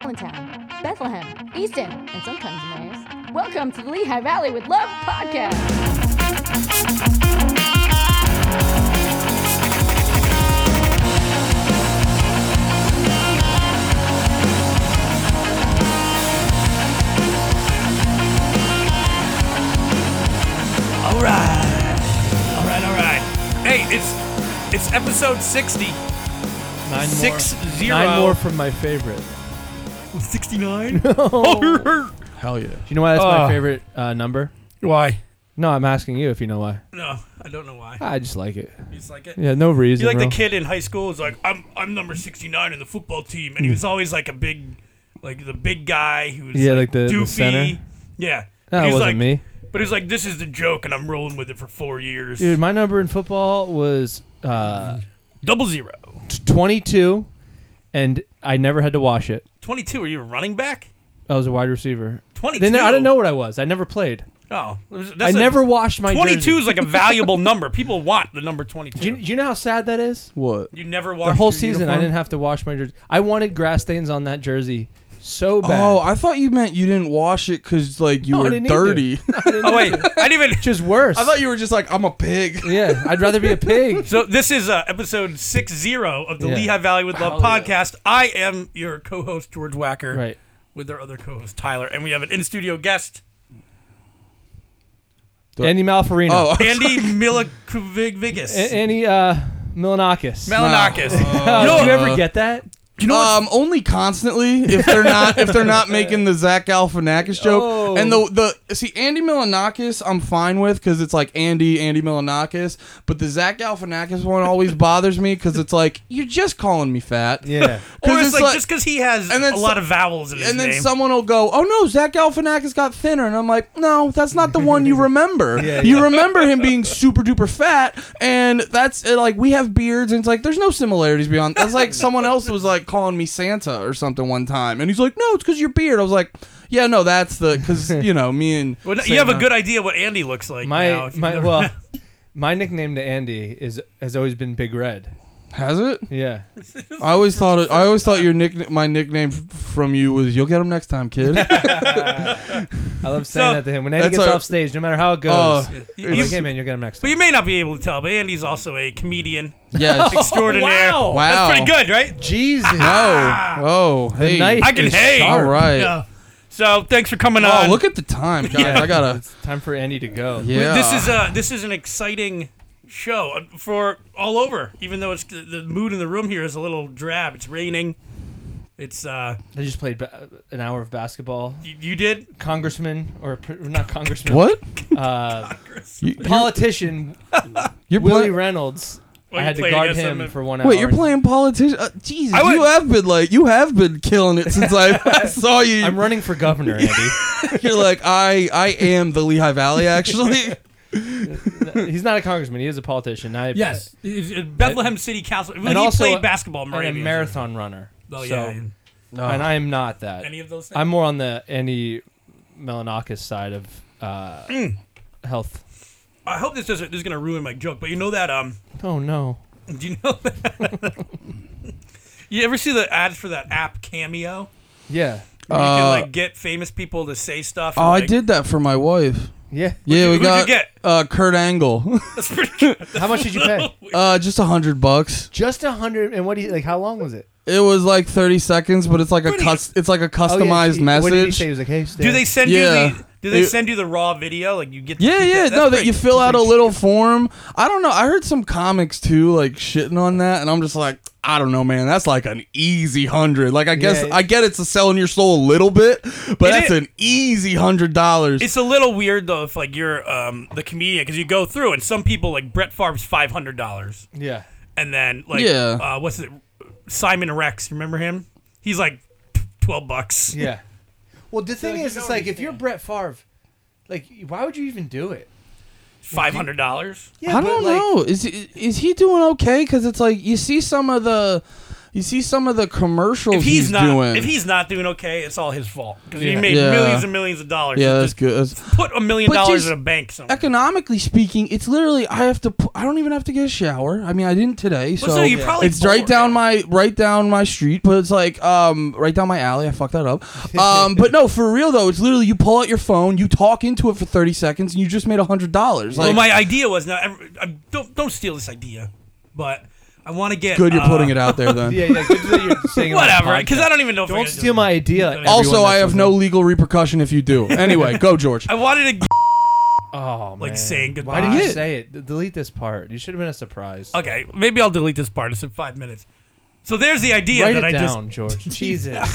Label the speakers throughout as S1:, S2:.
S1: Allentown, Bethlehem, Easton, and sometimes Emmaus. Welcome to the Lehigh Valley with Love podcast.
S2: All right, all right, all right. Hey, it's it's episode sixty.
S3: Nine
S2: Six
S3: more.
S2: zero.
S3: Nine more from my favorite.
S2: Sixty nine.
S4: Hell yeah.
S3: Do you know why that's
S2: Oh.
S3: my favorite uh, number?
S4: Why?
S3: No, I'm asking you if you know why.
S2: No, I don't know why.
S3: I just like it.
S2: He's like it.
S3: Yeah, no reason.
S2: You like the
S3: bro.
S2: kid in high school who's like, I'm I'm number sixty nine in the football team, and he was always like a big, like the big guy who was
S3: Yeah,
S2: like,
S3: like the- the
S2: doofy.
S3: center.
S2: Yeah. But
S3: That
S2: he was
S3: wasn't
S2: like,
S3: me,
S2: But he's like, this is the joke, and I'm rolling with it for four years.
S3: dude. My number in football was uh,
S2: Double zero.
S3: t- 22, and I never had to wash it.
S2: Twenty two. Are you a running back?
S3: I was a wide receiver.
S2: Twenty two.
S3: Then I didn't know what I was. I never played.
S2: Oh, that's
S3: I
S2: a-
S3: never washed my
S2: 22 is
S3: jersey.
S2: like a valuable number. People want the number 22.
S3: Do you, do you know how sad that is?
S4: What?
S2: You never watched
S3: The whole
S2: your
S3: season, I
S2: uniform?
S3: didn't have to wash my jersey. I wanted grass stains on that jersey so bad.
S4: Oh, I thought you meant you didn't wash it because like you
S3: No, I
S4: were
S3: didn't need to.
S4: dirty.
S2: Oh wait, I didn't even.
S3: Which is worse.
S4: I thought you were just like I'm a pig.
S3: yeah, I'd rather be a pig.
S2: So this is uh, episode six zero of the
S3: Yeah.
S2: Lehigh Valley with Love
S3: Hell yeah.
S2: podcast. I am your co-host George Wacker,
S3: Right.
S2: with our other co-host Tyler, and we have an in-studio guest
S4: But-
S3: Andy Malfarino.
S4: Oh,
S2: Andy Milakovigas.
S3: A- Andy uh, Milanakis.
S2: Melanakis.
S3: Oh,
S2: you know,
S3: did
S2: what-
S3: you ever get that?
S2: you know what-
S4: um, only constantly if they're not if they're not making the Zach Galifianakis joke
S3: Oh.
S4: and the the see Andy Milanakis I'm fine with because it's like Andy Andy Milanakis, but the Zach Galifianakis one always bothers me because it's like you're just calling me fat.
S3: Yeah.
S4: 'Cause
S2: or it's,
S4: it's
S2: like,
S4: like-
S2: just because he has
S4: and then
S2: a
S4: so-
S2: lot of vowels in his
S4: And then
S2: name.
S4: someone will go, "Oh no, Zach Galifianakis got thinner," and I'm like, "No, that's not the one you remember.
S3: Yeah,
S4: You remember him being super duper fat, and that's uh, like we have beards, and it's like there's no similarities beyond. That's like someone else was like calling me Santa or something one time, and he's like, "No, it's because your beard." I was like, "Yeah, no, that's the because you know me and
S2: Well, you
S4: Santa-
S2: have a good idea what Andy looks like now.
S3: My
S2: if you've
S3: my
S2: never-
S3: well, my nickname to Andy is has always been Big Red.
S4: has it.
S3: Yeah.
S4: I always thought it, I always thought your nick my nickname f- from you was "You'll get him next time, kid."
S3: I love saying
S2: So-
S3: that to him. When Andy
S4: That's
S3: gets
S4: our-
S3: off stage, no matter how it goes,
S4: Oh,
S3: I'm
S2: you-
S3: like, hey man, you'll get him next
S2: but you
S3: time.
S2: may not be able to tell. But Andy's also a comedian
S4: yes.
S2: extraordinaire.
S3: wow.
S4: Wow.
S2: that's pretty good, right?
S3: Jesus.
S4: No. Oh, hey.
S3: knife
S2: I can
S3: is
S2: hate.
S3: sharp.
S4: All right.
S2: Yeah. So thanks for coming
S4: Oh,
S2: on.
S4: look at the time, guys. I gotta.
S3: It's time for Andy to go.
S4: Yeah.
S2: This is uh this is an exciting show uh, for all over. Even though it's the- the mood in the room here is a little drab. It's raining. It's uh
S3: I just played ba- an hour of basketball.
S2: you, you did
S3: Congressman or pr- not congressman.
S4: what?
S3: Uh,
S4: You, are
S3: politician
S4: you're
S3: Willie
S4: playing.
S3: Reynolds.
S2: Well,
S3: I
S2: you
S3: had to
S2: played
S3: guard
S2: against
S3: him
S2: him.
S3: for one hour.
S4: Wait, you're playing politician? Uh, Jesus,
S2: I would-
S4: you have been like, you have been killing it since I, I saw you.
S3: I'm running for governor, Andy.
S4: You're like, I, I am the Lehigh Valley. Actually,
S3: He's not a congressman. He is a politician. I,
S2: yes. It's- it's Uh, Bethlehem City Council. When
S3: and
S2: he
S3: also
S2: played
S3: a-
S2: basketball,
S3: and a
S2: Moravia.
S3: marathon runner.
S2: Oh
S3: so,
S2: yeah.
S3: And I am not that.
S2: Any of those things?
S3: I'm more on the Andy Melanakis side of uh, health.
S2: I hope this doesn't this is gonna ruin my joke. But you know that um
S3: Oh no.
S2: do you know that you ever see the ads for that app Cameo?
S3: Yeah.
S2: Where you can
S4: Uh,
S2: like get famous people to say stuff. and,
S4: oh, I
S2: like-
S4: did that for my wife.
S3: Yeah.
S4: Yeah, we
S2: who'd you
S4: got
S2: get?
S4: Uh, Kurt Angle.
S2: That's pretty.
S3: How much did you pay?
S4: uh, just a hundred bucks.
S3: Just a hundred. And what? Do you, like how long was it?
S4: It was like thirty seconds, but it's like a
S2: Pretty-
S4: cus- it's like a
S3: Oh,
S4: customized
S3: yeah, he-
S4: message.
S3: What did he say? He was like, hey,
S2: Do they send
S4: Yeah.
S2: you the, do they
S4: It-
S2: send you the raw video? Like you get to
S4: Yeah,
S2: keep
S4: yeah,
S2: That's
S4: no, that
S2: pretty-
S4: you fill out a little form. I don't know. I heard some comics too, like shitting on that, and I'm just like, I don't know, man. That's like an easy hundred. Like, I guess
S3: Yeah.
S4: I get it's a selling your soul a little bit, but
S2: It
S4: that's
S2: is-
S4: an easy hundred dollars.
S2: It's a little weird though if like you're um the comedian because you go through and some people like Brett Favre's five hundred dollars
S3: Yeah.
S2: and then like
S4: Yeah.
S2: uh, what's it Simon Rex remember him he's like tw- twelve bucks
S3: Yeah. Well, the thing is, it's like if you're Brett Favre, like why would you even do it?
S2: five hundred dollars
S3: Yeah,
S4: I don't know. Is is he doing okay? Because it's like you see some of the. You see some of the commercials
S2: If he's, not,
S4: doing.
S2: if he's not doing okay, it's all his fault because he
S3: Yeah.
S2: made
S4: Yeah.
S2: millions and millions of dollars.
S4: yeah,
S2: So
S4: that's
S2: just
S4: good. That's-
S2: put a million
S4: But
S2: dollars
S4: just
S2: in a bank somewhere.
S4: economically speaking, it's literally I have to. pu- I don't even have to get a shower. I mean, I didn't today, so,
S2: so you're probably
S4: it's right
S2: bored.
S4: down my right down my street. But it's like um right down my alley. I fucked that up. Um, but no, for real though, it's literally you pull out your phone, you talk into it for thirty seconds, and you just made a hundred dollars. Like
S2: well, my idea was now. every- I, don't don't steal this idea, but I want to get
S4: good, you're
S2: uh,
S4: putting it out there then.
S3: Yeah, yeah. Good that you're saying it on the
S2: Whatever, because I
S3: podcast.
S2: don't even know. if we're
S3: Don't
S2: gonna do
S3: steal
S2: it.
S3: my idea.
S4: Also,
S3: everyone
S4: I have
S3: that's
S4: no legal repercussion if you do. Anyway, go George.
S2: I wanted to. Get,
S3: listening. Oh man.
S2: like, saying
S3: Why
S2: goodbye. Oh,
S3: did you
S2: Yeah.
S3: say it? D- Delete this part. You should have been a surprise.
S2: okay, maybe I'll delete this part. It's in five minutes. So there's the idea
S3: Write
S2: that
S3: it
S2: I just
S3: down, George. Jesus.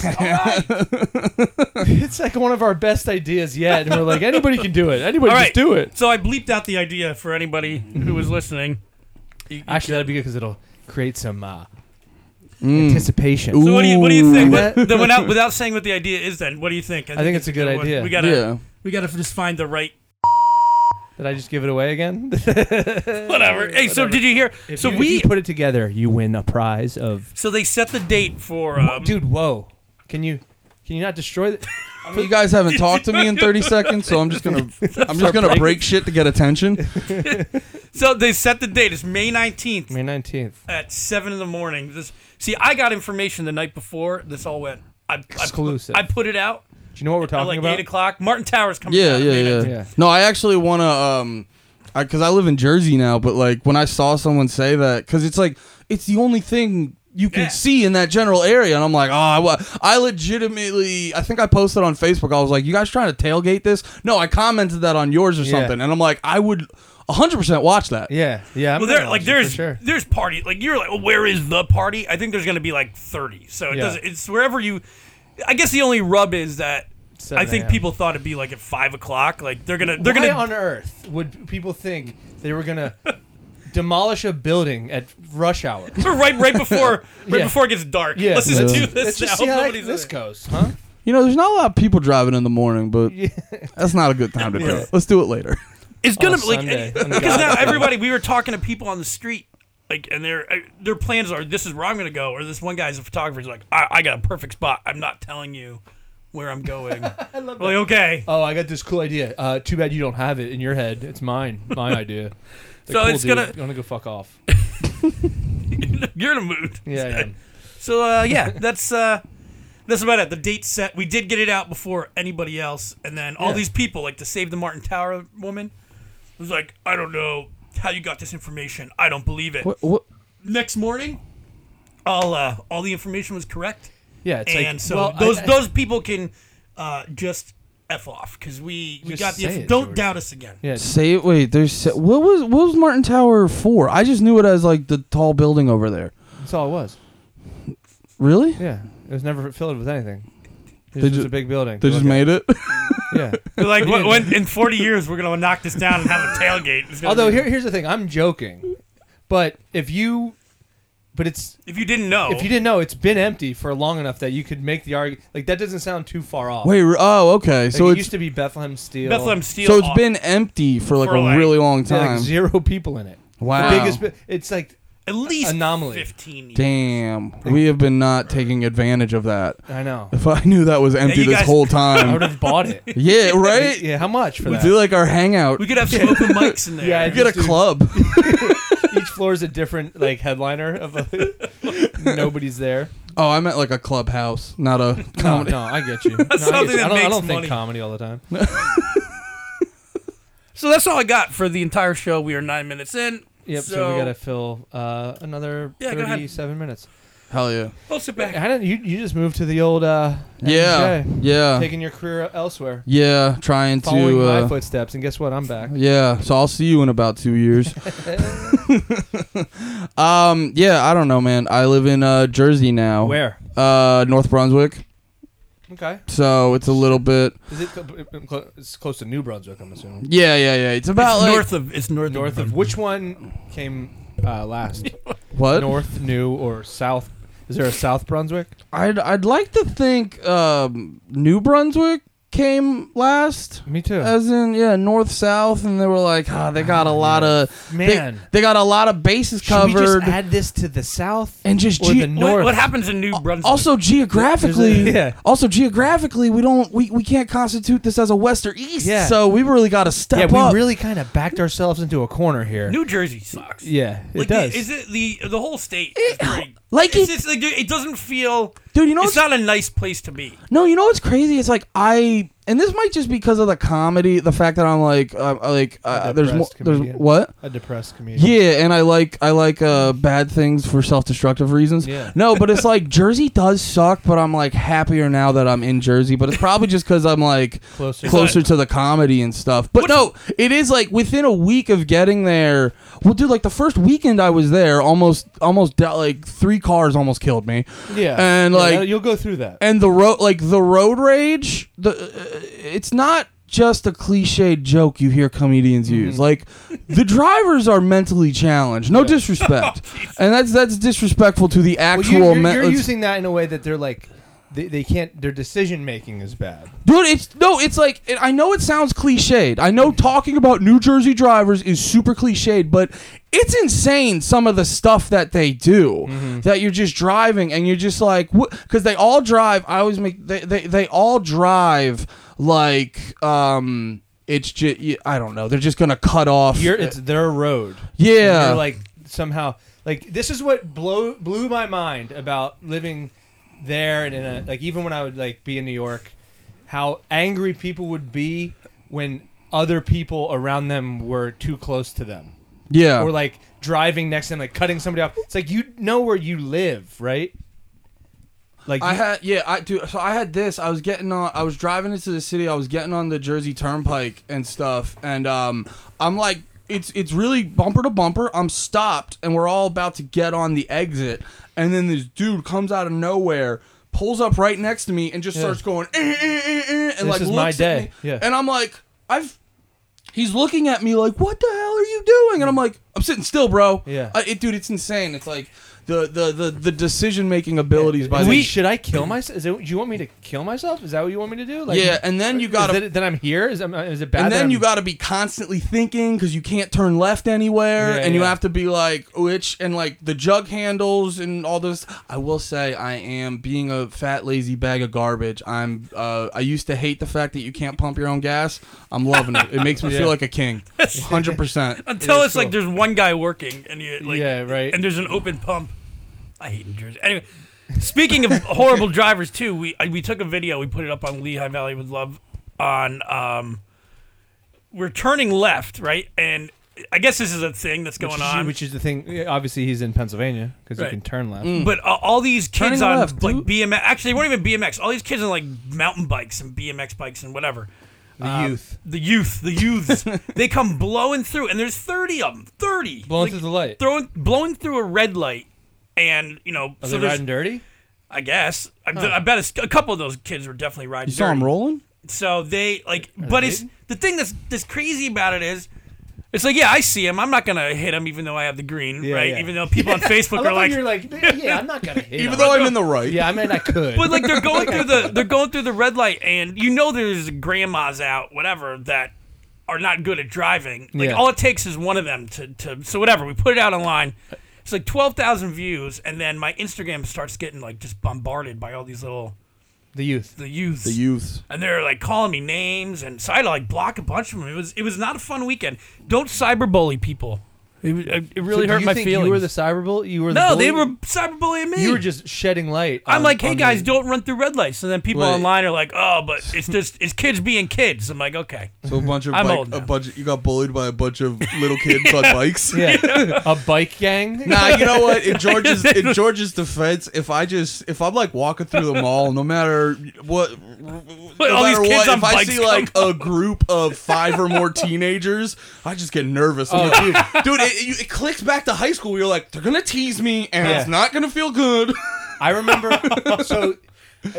S3: it's like one of our best ideas yet, and we're like, anybody can do it. Anybody
S2: All
S3: just
S2: right.
S3: do it.
S2: So I bleeped out the idea for anybody who was listening. You- you-
S3: Actually, that'd be good because it'll create some uh,
S4: Mm.
S3: anticipation.
S4: Hmm. Ooh.
S2: so what do you what do you think?
S4: Ooh.
S2: What, then without without saying what the idea is, then what do you think? I
S3: think it's a good
S2: one.
S3: idea.
S2: We gotta
S4: yeah.
S2: we gotta just find the right
S3: Did I just give it away again?
S2: whatever. Hey, so did you hear?
S3: If
S2: so
S3: you- if
S2: we
S3: you put it together, you win a prize of.
S2: so they set the date for um,
S3: Dude, whoa! Can you can you not destroy the
S4: I mean, you guys haven't talked to me in 30 seconds, so I'm just gonna I'm just gonna break shit to get attention.
S2: so they set the date. It's May nineteenth
S3: May nineteenth?
S2: at seven in the morning. This see, I got information the night before this all went. I, I put-
S3: Exclusive.
S2: I, put it out
S3: Do you know what we're
S2: at
S3: talking
S2: like
S3: about?
S2: eight o'clock. Martin Towers comes.
S4: Yeah,
S2: out at
S4: yeah,
S2: May
S4: yeah,
S2: 19th.
S3: Yeah.
S4: No, I actually want to, um, I, cause I live in Jersey now, but like when I saw someone say that, cause it's like it's the only thing you can
S2: Yeah.
S4: see in that general area, and I'm like, oh, I, wa- I legitimately, I think I posted on Facebook, I was like, you guys trying to tailgate this? No, I commented that on yours or
S3: Yeah.
S4: something, and I'm like, I would 100 percent watch that.
S3: Yeah, yeah. I'm
S2: Well,
S3: gonna
S2: there, like,
S3: watch it for
S2: there's
S3: sure.
S2: there's party. Like, you're like, oh, where is the party? I think there's going to be like 30. So it
S3: Yeah.
S2: doesn't. It's wherever you. I guess the only rub is that I
S3: 7
S2: think
S3: a.m..
S2: people thought it'd be like at five o'clock. Like they're gonna they're
S3: Why
S2: gonna.
S3: on earth would people think they were gonna demolish a building at rush hour?
S2: we're right right before right
S3: Yeah.
S2: before it gets dark.
S3: Yeah,
S2: Let's just
S3: let's-
S2: do this
S3: Let's
S2: now.
S3: just see how
S2: Nobody's
S3: this
S2: in there.
S3: goes, huh?
S4: You know, there's not a lot of people driving in the morning, but that's not a good time to do it. Let's do it later.
S2: It's gonna
S3: On a
S2: be like
S3: Sunday.
S2: because
S3: On God's
S2: now
S3: day.
S2: everybody we were talking to people on the street. Like and their uh, their plans are this is where I'm gonna go or this one guy's a photographer is like I, I got a perfect spot I'm not telling you where I'm going I love like okay
S3: Oh, I got this cool idea. Uh, too bad you don't have it in your head. It's mine, my idea. Like,
S2: So
S3: cool,
S2: it's
S3: dude.
S2: gonna-
S3: You wanna go fuck off?
S2: you're in a mood
S3: Yeah, yeah.
S2: So uh, yeah, that's uh, that's about it. The date set. We did get it out before anybody else, and then all
S3: Yeah.
S2: these people, like the Save the Martin Tower woman, was like, I don't know how you got this information. I don't believe it.
S4: What, what?
S2: Next morning, all uh, all the information was correct,
S3: Yeah, it's
S2: and
S3: like
S2: so
S3: well, I-
S2: those
S3: I-
S2: those people can uh, just f off because we we
S3: Just
S2: got the
S3: say
S2: inf-
S3: it,
S2: don't
S3: George.
S2: doubt us again.
S3: yeah,
S4: Say it. Wait, there's what was what was Martin Tower for? I just knew it as like the tall building over there.
S3: that's all it was.
S4: Really?
S3: Yeah, it was never filled with anything. It
S4: They
S3: was just
S4: ju-
S3: a big building.
S4: They just
S3: Look
S4: made it.
S3: at- yeah.
S2: They're like "When- when, in forty years, we're gonna knock this down and have a tailgate. It's gonna
S3: Although
S2: be-
S3: here, here's the thing, I'm joking, but if you, but it's
S2: if you didn't know,
S3: if you didn't know, it's been empty for long enough that you could make the argument. Like that doesn't sound too far off.
S4: Wait. re- Oh, okay.
S3: Like,
S4: so
S3: it
S4: it's
S3: used to be Bethlehem Steel.
S2: Bethlehem Steel.
S4: so it's
S2: off-
S4: been empty for like
S2: For,
S4: a
S2: like-
S4: really long
S3: Yeah,
S4: time.
S3: like zero people in it.
S4: wow.
S3: The biggest. It's like
S2: at least
S3: anomaly.
S2: Fifteen. Years.
S4: Damn. We have been not taking advantage of that.
S3: I know.
S4: If I knew that was empty
S2: you
S4: this
S2: guys-
S4: whole
S3: I would
S4: time.
S3: have bought it.
S4: yeah. Right.
S3: Yeah. How much for
S4: We
S3: that?
S4: do like our hangout.
S2: We
S4: We
S2: could have some open mics in there.
S3: Yeah, I
S4: get a
S3: Just do-
S4: club.
S3: Each floor is a different like headliner of a, nobody's there.
S4: oh, I meant like a clubhouse, not a
S3: No,
S4: comedy.
S3: no, I get you. No, I, get you.
S2: something that
S3: I don't, I
S2: makes
S3: don't
S2: money.
S3: think comedy all the time.
S2: so that's all I got for the entire show. We are nine minutes in.
S3: Yep. So, we gotta fill uh, another
S2: Yeah, go ahead.
S3: thirty-seven minutes.
S4: Hell yeah.
S2: We'll sit back.
S3: I don't, you you just moved to the old uh,
S4: Yeah.
S3: MJ,
S4: Yeah.
S3: taking your career elsewhere,
S4: Yeah, trying to.
S3: following
S4: uh,
S3: my footsteps, and guess what? I'm back.
S4: Yeah, so I'll see you in about two years. um, yeah, I don't know, man. I live in uh, Jersey now.
S3: Where?
S4: Uh, North Brunswick.
S3: Okay.
S4: So it's a little bit.
S3: Is it? cl- It's close to New Brunswick, I'm assuming.
S4: Yeah, yeah, yeah. It's about
S2: It's
S4: like
S2: north of it's north,
S3: North of which one came uh, last?
S4: what?
S3: North, New, or South? Is there a South Brunswick?
S4: I'd I'd like to think um, New Brunswick, came last.
S3: Me too.
S4: As in, yeah, north south, and they were like, ah, they got a lot of they-
S3: Man.
S4: They, got a lot of bases
S3: Should we
S4: covered,
S3: just add this to the south?
S4: and just
S3: or the
S4: ge-
S2: What-
S3: north?
S2: What, happens in New Brunswick?
S4: also geographically.
S3: There's a- yeah.
S4: Also geographically, we don't we, we can't constitute this as a west or east.
S3: Yeah.
S4: So we really got to
S3: yeah,
S4: step
S3: we
S4: up.
S3: really kind of backed ourselves into a corner here.
S2: New Jersey sucks.
S3: yeah, it
S2: Like, the-
S3: does.
S2: Is it the the whole state? is great.
S4: like
S2: it's
S4: it-
S2: just, like, it doesn't feel.
S4: Dude, you know
S2: it's not a nice place to be.
S4: No, you know what's crazy? It's like I, and this might just because of the comedy, the fact that I'm like, uh, like, uh, there's more,
S3: depressed
S4: there's
S3: comedian.
S4: what?
S3: a depressed comedian.
S4: Yeah, and I like, I like uh, bad things for self-destructive reasons.
S3: Yeah.
S4: No, but it's like Jersey does suck, but I'm like happier now that I'm in Jersey. But it's probably just because I'm like
S3: Closer.
S4: closer to the comedy and stuff. But no, it is like within a week of getting there. Well, dude, like the first weekend I was there, almost, almost di- like three cars almost killed me.
S3: Yeah,
S4: and
S3: Yeah,
S4: like
S3: you'll go through that.
S4: and the road like the road rage the uh, it's not just a cliched joke you hear comedians
S3: Mm-hmm.
S4: use like the drivers are mentally challenged no disrespect and that's that's disrespectful to the
S3: Oh, Well,
S4: actual
S3: you, are
S4: men- let's-
S3: using that in a way that they're like, they, they can't. Their decision making is bad.
S4: dude it's no it's like it, i know it sounds cliched i know talking about new jersey drivers is super cliched but it's insane some of the stuff that they do
S3: Mm-hmm.
S4: that you're just driving and you're just like because they all drive i always make they, they, they all drive like um it's just i don't know they're just gonna cut off uh,
S3: You're, it's their road.
S4: yeah
S3: You're like somehow like this is what blow blew my mind about living there and in a, like even when I would like be in New York, how angry people would be when other people around them were too close to them
S4: yeah
S3: or like driving next to them like cutting somebody off. It's like you know where you live, right? Like
S4: I
S3: you-
S4: had yeah, I do. So I had this. I was getting on. I was driving into the city. I was getting on the Jersey Turnpike and stuff. And um, I'm like, it's it's really bumper to bumper. I'm stopped, and we're all about to get on the exit. And then this dude comes out of nowhere, pulls up right next to me, and just starts going, "Eh, eh, eh, eh," and like
S3: is
S4: looks
S3: my
S4: at
S3: day.
S4: me.
S3: Yeah.
S4: And I'm like, I've. He's looking at me like, "What the hell are you doing?" And I'm like, "I'm sitting still, bro."
S3: Yeah.
S4: I, it, dude, it's insane. It's like the the the, the decision making abilities by
S3: It's
S4: the
S3: like, should I kill myself? Is it, do you want me to kill myself? Is that what you want me to do? Like,
S4: yeah, and then you
S3: is
S4: gotta,
S3: it- then I'm here. Is, am I- is it bad?
S4: and
S3: that
S4: then
S3: I'm-
S4: you gotta be constantly thinking because you can't turn left anywhere,
S3: Yeah,
S4: and you
S3: yeah.
S4: have to be like which and like the jug handles and all this. I will say, I am being a fat lazy bag of garbage. I'm, uh, I used to hate the fact that you can't pump your own gas. I'm loving it. It makes me feel like a king, hundred percent.
S2: Until
S3: is
S2: it's like
S3: cool.
S2: there's one guy working and you like
S3: Yeah, right.
S2: and there's an open pump. I hate New Jersey. Anyway, speaking of horrible drivers too, we I- we took a video, we put it up on Lehigh Valley with Love on um we're turning left, right? And I guess this is a thing that's going
S3: which
S2: on.
S3: Is, which is the thing. yeah, Obviously, he's in Pennsylvania because
S2: Right.
S3: you can turn left.
S2: but uh, all these kids
S4: Turning
S2: on
S4: left,
S2: like
S4: dude.
S2: BMX, actually, they weren't even BMX. All these kids on like mountain bikes and BMX bikes and whatever.
S3: The
S2: Um,
S3: youth
S2: The youth, the youths, they come blowing through, and there's 30 of them. 30.
S3: blowing
S2: Like,
S3: through the light.
S2: throwing blowing through a red light and you know
S3: Are
S2: so
S3: they
S2: there's,
S3: Oh, riding dirty?
S2: i guess I, I bet a s- a, couple of those kids were definitely riding
S4: You saw him
S2: dirty.
S4: rolling.
S2: so they like but
S3: they
S2: it's
S3: eating?
S2: the thing that's that's crazy about it is it's like yeah i see him i'm not gonna hit him even though i have the green
S3: Yeah,
S2: right
S3: yeah.
S2: even though people on facebook are like
S3: you're like, yeah, I'm not gonna hit.
S4: Even though I'm in the right.
S3: yeah, I mean, I could.
S2: but like they're going through the they're going through the red light and you know there's grandmas out whatever that are not good at driving like
S3: Yeah.
S2: all it takes is one of them to, to so whatever we put it out online it's like 12,000 views and then my Instagram starts getting like just bombarded by all these little
S3: the youth.
S2: the youths
S4: The youths.
S2: and they're like calling me names and so I had to like block a bunch of them it was it was not a fun weekend don't cyberbully people it, was- it it really
S3: So do
S2: hurt
S3: you
S2: my
S3: think
S2: feelings
S3: You were the cyberbully. You were the
S2: no they were
S3: bully?
S2: cyberbullying me
S3: You were just shedding light.
S2: I'm
S3: on-
S2: like, hey
S3: on
S2: guys,
S3: the-
S2: don't run through red lights. And then people
S4: Wait.
S2: online are like, oh, but it's just it's kids being kids. I'm like, okay,
S4: So a bunch of
S2: I'm old now.
S4: bunch. Of, you got bullied by a bunch of little kids on bikes.
S3: yeah, a bike gang.
S4: Nah, you know what? In George's in George's defense, if I just if I'm like walking through the mall, no matter what, no
S2: all these
S4: matter
S2: kids
S4: what,
S2: on
S4: if I
S2: bikes
S4: see like a group of five or more teenagers, I just get nervous. I'm like,
S3: Oh.
S4: dude, dude, it, you- it clicks back to high school. You're like, they're gonna tease me, and
S3: Yeah.
S4: it's not gonna feel good.
S3: I remember so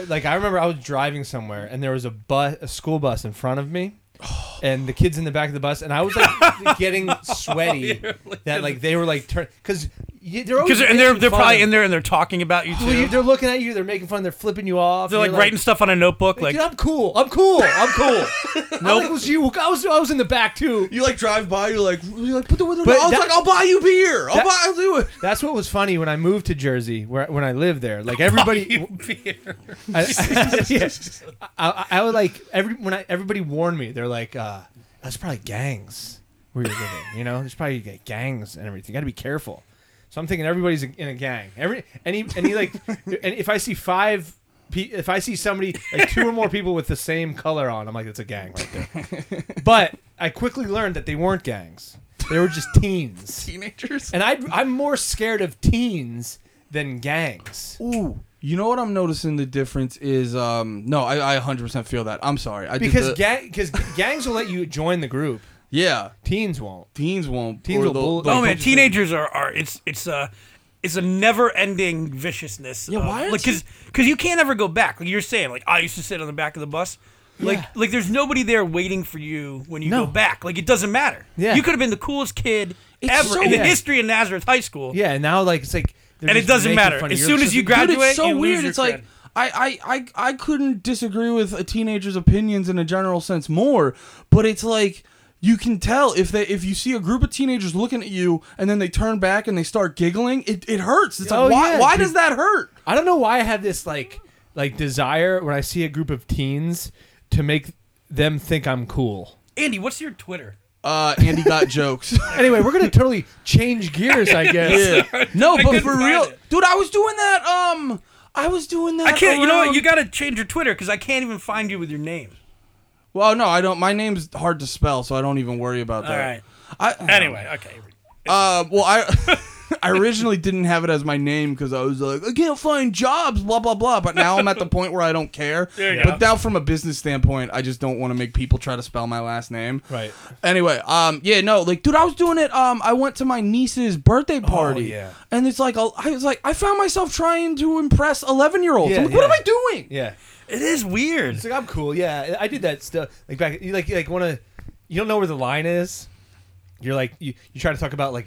S3: like I remember I was driving somewhere and there was a bus a school bus in front of me and the kids in the back of the bus and I was like getting sweaty that like they were like turn cuz you, they're always
S2: Because and they're
S3: making
S2: they're
S3: fun
S2: probably
S3: of-
S2: in there and they're talking about you too.
S3: Well, you- they're looking at you. They're making fun. They're flipping you off.
S2: they're
S3: you're
S2: like, writing stuff on a notebook. Like
S3: Dude, I'm cool. I'm cool. I'm cool. I think it was you. I was I was in the back too.
S4: You like drive by, you're like, you like put the window
S3: But
S4: down. I was
S3: that-
S4: like, I'll buy you beer. I'll
S3: that-
S4: buy, I'll do it.
S3: That's what was funny when I moved to Jersey, where when I lived there. Like everybody, I, I, yeah. I, I would like every when I, everybody warned me. They're like, uh, "That's probably gangs where you're living." You know, there's probably like, gangs and everything. You got to be careful. So I'm thinking everybody's in a gang. Every any any like, and if I see five. pe- If I see somebody, like two or more people with the same color on, I'm like, it's a gang right there. But I quickly learned that they weren't gangs; they were just teens.
S4: Teenagers.
S3: And I, I'm more scared of teens than gangs.
S4: Ooh. You know what I'm noticing the difference is um no I, I 100% feel that I'm sorry I did
S3: Because
S4: the-
S3: gang, because gangs will let you join the group.
S4: yeah
S3: Teens won't.
S4: teens won't
S3: Teens
S4: or
S3: will
S4: they'll-
S3: bully-
S4: they'll
S2: oh man,
S4: push-
S2: teenagers are, are it's it's uh it's a never-ending viciousness. Yeah,
S4: why aren't
S2: Because because you can't ever go back. Like you're saying, like I used to sit on the back of the bus. Like
S3: Yeah.
S2: like there's nobody there waiting for you when you
S3: No.
S2: go back. Like it doesn't matter.
S3: Yeah.
S2: you could have been the coolest kid ever
S4: so-
S2: in the
S3: Yeah.
S2: history of Nazareth High School.
S3: Yeah, and now like it's like, they're
S2: And it
S3: just
S2: doesn't
S3: making
S2: matter.
S3: fun of
S2: As
S3: your-
S2: soon as you
S4: Dude,
S2: graduate,
S4: it's so
S2: you lose
S4: weird.
S2: your
S4: It's like
S2: cred.
S4: I, I I I couldn't disagree with a teenager's opinions in a general sense more, but it's like you can tell if they if you see a group of teenagers looking at you and then they turn back and they start giggling, it, it hurts. It's
S3: Oh,
S4: like why
S3: yeah,
S4: why
S3: dude.
S4: does that hurt?
S3: I don't know why I have this like like desire when I see a group of teens to make them think I'm cool.
S2: Andy, what's your Twitter?
S4: Uh, Andy got jokes.
S3: Anyway, we're gonna totally change gears, I guess.
S4: Yeah. No,
S2: I
S4: but
S2: couldn't
S4: for
S2: find
S4: real,
S2: it.
S4: dude, I was doing that. Um, I was doing that.
S2: I can't. You know what?
S4: around-
S2: You got to change your Twitter because I can't even find you with your name.
S4: Well, no, I don't. My name's hard to spell, so I don't even worry about that.
S2: Alright.
S4: I,
S2: Anyway, okay.
S4: uh, well, I. I originally didn't have it as my name because I was like, I can't find jobs, blah blah blah. But now I'm at the point where I don't care.
S2: There you
S4: But
S2: go.
S4: now, from a business standpoint, I just don't want to make people try to spell my last name.
S3: Right.
S4: Anyway, um, yeah, no, like, dude, I was doing it. Um, I went to my niece's birthday party.
S3: Oh, yeah.
S4: And it's like, I'll- I was like, I found myself trying to impress 11 year olds.
S3: Yeah,
S4: I'm like, what am
S3: yeah.
S4: I doing?
S3: yeah.
S2: It is weird.
S3: It's like I'm cool. Yeah, I did that stuff. Like back, you like you like want to, you don't know where the line is. You're like you, you try to talk about like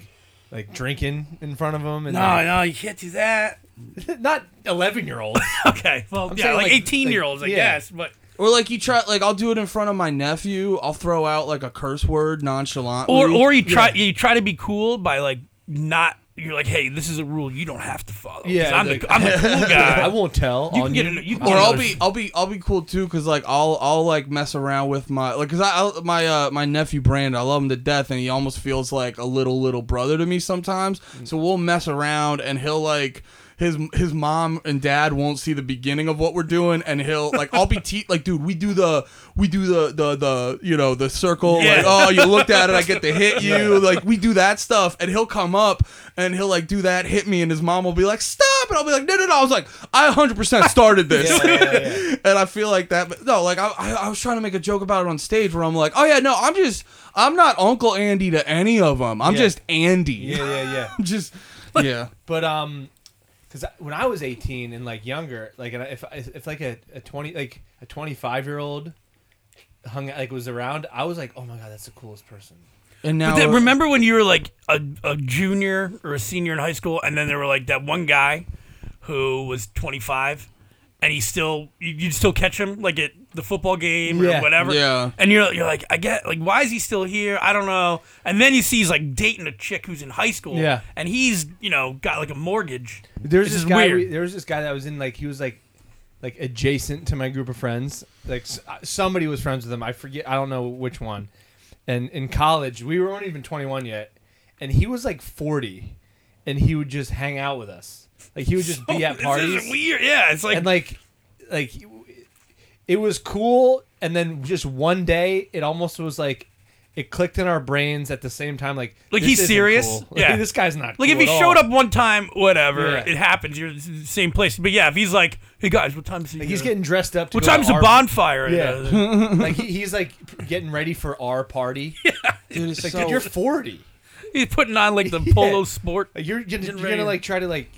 S3: like drinking in front of them and
S2: No, no, you can't do that.
S3: not eleven year olds.
S2: Okay. Well, yeah,
S3: saying,
S2: like
S3: like-
S2: 18 year olds, I
S3: like, yeah.
S2: guess. But
S4: Or like you try, like I'll do it in front of my nephew. I'll throw out like a curse word nonchalantly.
S2: or or you try you try to be cool by like not. You're like, hey, this is a rule you don't have to follow. 'Cause
S3: Yeah,
S2: I'm,
S3: like-
S2: the, I'm the cool guy.
S3: I won't tell.
S2: you
S3: on
S2: can get it. You can
S4: Or
S2: get
S4: I'll
S2: it.
S4: be I'll be I'll be cool too, cause like I'll I'll like mess around with my like, cause I I'll, my uh my nephew Brandon, I love him to death, and he almost feels like a little little brother to me sometimes.
S2: Mm.
S4: So we'll mess around, and he'll like his his mom and dad won't see the beginning of what we're doing, and he'll like I'll be te- like dude, we do the we do the the the you know the circle
S2: Yeah.
S4: like oh you looked at it, I get to hit you like we do that stuff, and he'll come up and he'll like do that hit me, and his mom will be like stop, and I'll be like no no no, I was like I 100 percent started this
S3: Yeah, yeah, yeah.
S4: and I feel like that. But no, like I, I, I was trying to make a joke about it on stage where I'm like, oh yeah, no, I'm just, I'm not Uncle Andy to any of them. I'm
S3: Yeah.
S4: just Andy.
S3: Yeah, yeah, yeah.
S4: I'm just, yeah.
S3: But um, because when I was 18 and like younger, like and I- if if like a, a 20 like a 25 year old hung like was around, I was like, oh my god, that's the coolest person.
S4: And
S2: But
S4: now,
S3: uh,
S2: then, remember when you were like a, a junior or a senior in high school, and then there were like that one guy who was 25, and he still you- you'd still catch him like at the football game or
S3: Yeah.
S2: whatever.
S4: Yeah.
S2: And you're you're like I get like why is he still here? I don't know. And then you see he's like dating a chick who's in high school.
S3: Yeah.
S2: And he's you know got like a mortgage.
S3: There's
S2: This
S3: this,
S2: is
S3: guy.
S2: weird.
S3: we- there was this guy that was in like he was like like adjacent to my group of friends. Like s- uh, somebody was friends with him. I forget. I don't know which one. And in college, we weren't even 21 yet, and he was like 40, and he would just hang out with us. Like he would just be at
S2: This is
S3: parties.
S2: weird. Yeah. It's like,
S3: and like like it was cool and then just one day it almost was like it clicked in our brains at the same time like
S2: Like,
S3: this
S2: he's
S3: isn't
S2: serious?
S3: cool.
S2: Yeah.
S3: like, this guy's not
S2: Like if
S3: cool
S2: he
S3: at
S2: showed
S3: all.
S2: up one time, whatever,
S3: Yeah.
S2: it happens. You're in the same place. But yeah, if he's like, "Hey guys, what time is it?
S3: like, he's getting dressed up to
S2: what
S3: go to
S2: time's the
S3: our-
S2: bonfire?"
S3: Yeah.
S2: Uh,
S3: like he, he's like getting ready for our party
S4: dude, it's
S3: like
S4: so-
S3: dude, you're 40
S2: he's putting on like the polo
S3: Yeah.
S2: sport.
S3: like you're, you're,
S2: Getting
S3: you're gonna
S2: ready.
S3: like try to like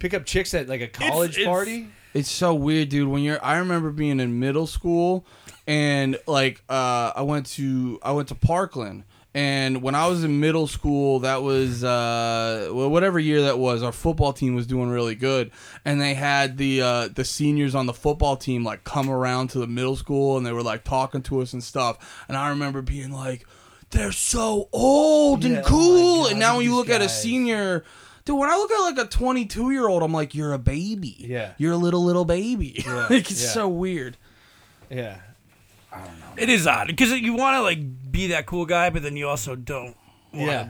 S3: pick up chicks at like a college
S2: it's-
S3: party
S4: It's so weird, dude. When you're, I remember being in middle school, and like, uh, I went to, I went to Parkland, And when I was in middle school, that was uh, well, whatever year that was. Our football team was doing really good, and they had the uh, the seniors on the football team like come around to the middle school, and they were like talking to us and stuff. And I remember being like, "They're so old
S3: Yeah, oh
S4: and
S3: my
S4: cool."
S3: God,
S4: and now when you
S3: these
S4: look at a
S3: guys.
S4: senior, dude, when I look at like a 22 year old, I'm like, "You're a baby.
S3: Yeah.
S4: you're a little little baby.
S3: Yeah,
S4: like it's
S3: yeah.
S4: so weird."
S3: Yeah.
S2: It is odd because you want to like be that cool guy, but then you also don't want
S3: Yeah.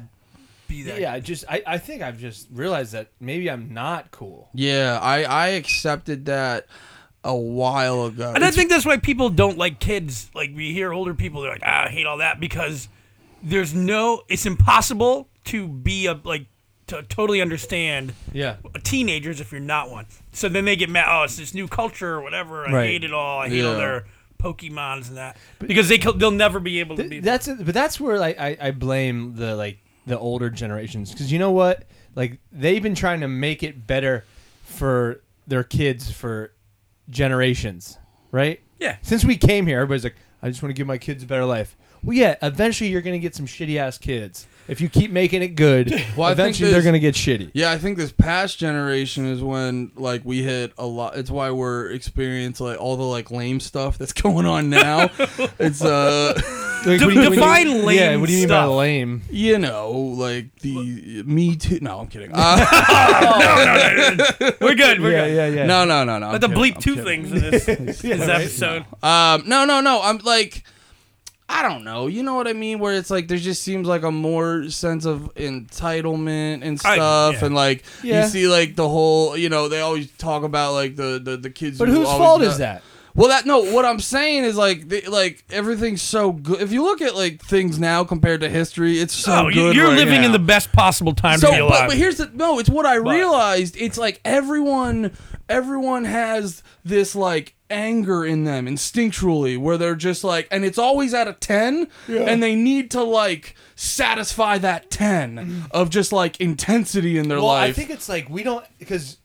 S2: be that.
S3: Yeah, I just I, I think I've just realized that maybe I'm not cool.
S4: Yeah, I I accepted that a while ago.
S2: And I think that's why people don't like kids. Like we hear older people, they're like, ah, I hate all that because there's no. It's impossible to be a like to totally understand
S3: Yeah.
S2: teenagers if you're not one. So then they get mad. Oh, it's this new culture or whatever. I
S3: Right.
S2: hate it all. I hate all
S4: Yeah.
S2: their Pokemons and that because they co- they'll never be able to be.
S3: Th- that's but that's where like I, I blame the like the older generations because you know what like they've been trying to make it better for their kids for generations right
S2: Yeah.
S3: since we came here everybody's like i just want to give my kids a better life well yeah eventually you're gonna get some shitty ass kids if you keep making it good
S4: Well, I think
S3: eventually they're
S4: there's-
S3: gonna get shitty
S4: Yeah, I think this past generation is when like we hit a lot. It's why we're experiencing like all the like lame stuff that's going on now. it's uh,
S2: De-
S3: like, what do you- what do you-
S2: define lame
S3: yeah what do you mean
S2: stuff.
S3: by lame
S4: you know, like the me too. No, I'm kidding. Uh,
S2: we're good. We're
S3: yeah
S2: good.
S3: yeah yeah
S4: no, no, no, no.
S2: But the bleep two things in this, this episode.
S4: Um, no, no, no. I'm like, I don't know. You know what I mean? Where it's like there just seems like a more sense of entitlement and
S2: I-
S4: stuff,
S2: yeah.
S4: and like
S3: Yeah.
S4: you see like the whole. You know, they always talk about like the the, the kids.
S3: but
S4: who
S3: whose
S4: always
S3: fault
S4: got-
S3: is that
S4: Well, that no. What I'm saying is like, the, like everything's so good. If you look at like things now compared to history, it's so
S2: Oh, you-
S4: good.
S2: you're
S4: right
S2: living in
S4: now.
S2: the best possible time
S4: So,
S2: to be alive.
S4: but, but here's the no. It's what I realized. It's like everyone, everyone has this like anger in them instinctually, where they're just like, and it's always at a ten, and they need to like satisfy that ten of just like intensity in their
S3: Mm. Well,
S4: life.
S3: I think it's like we don't because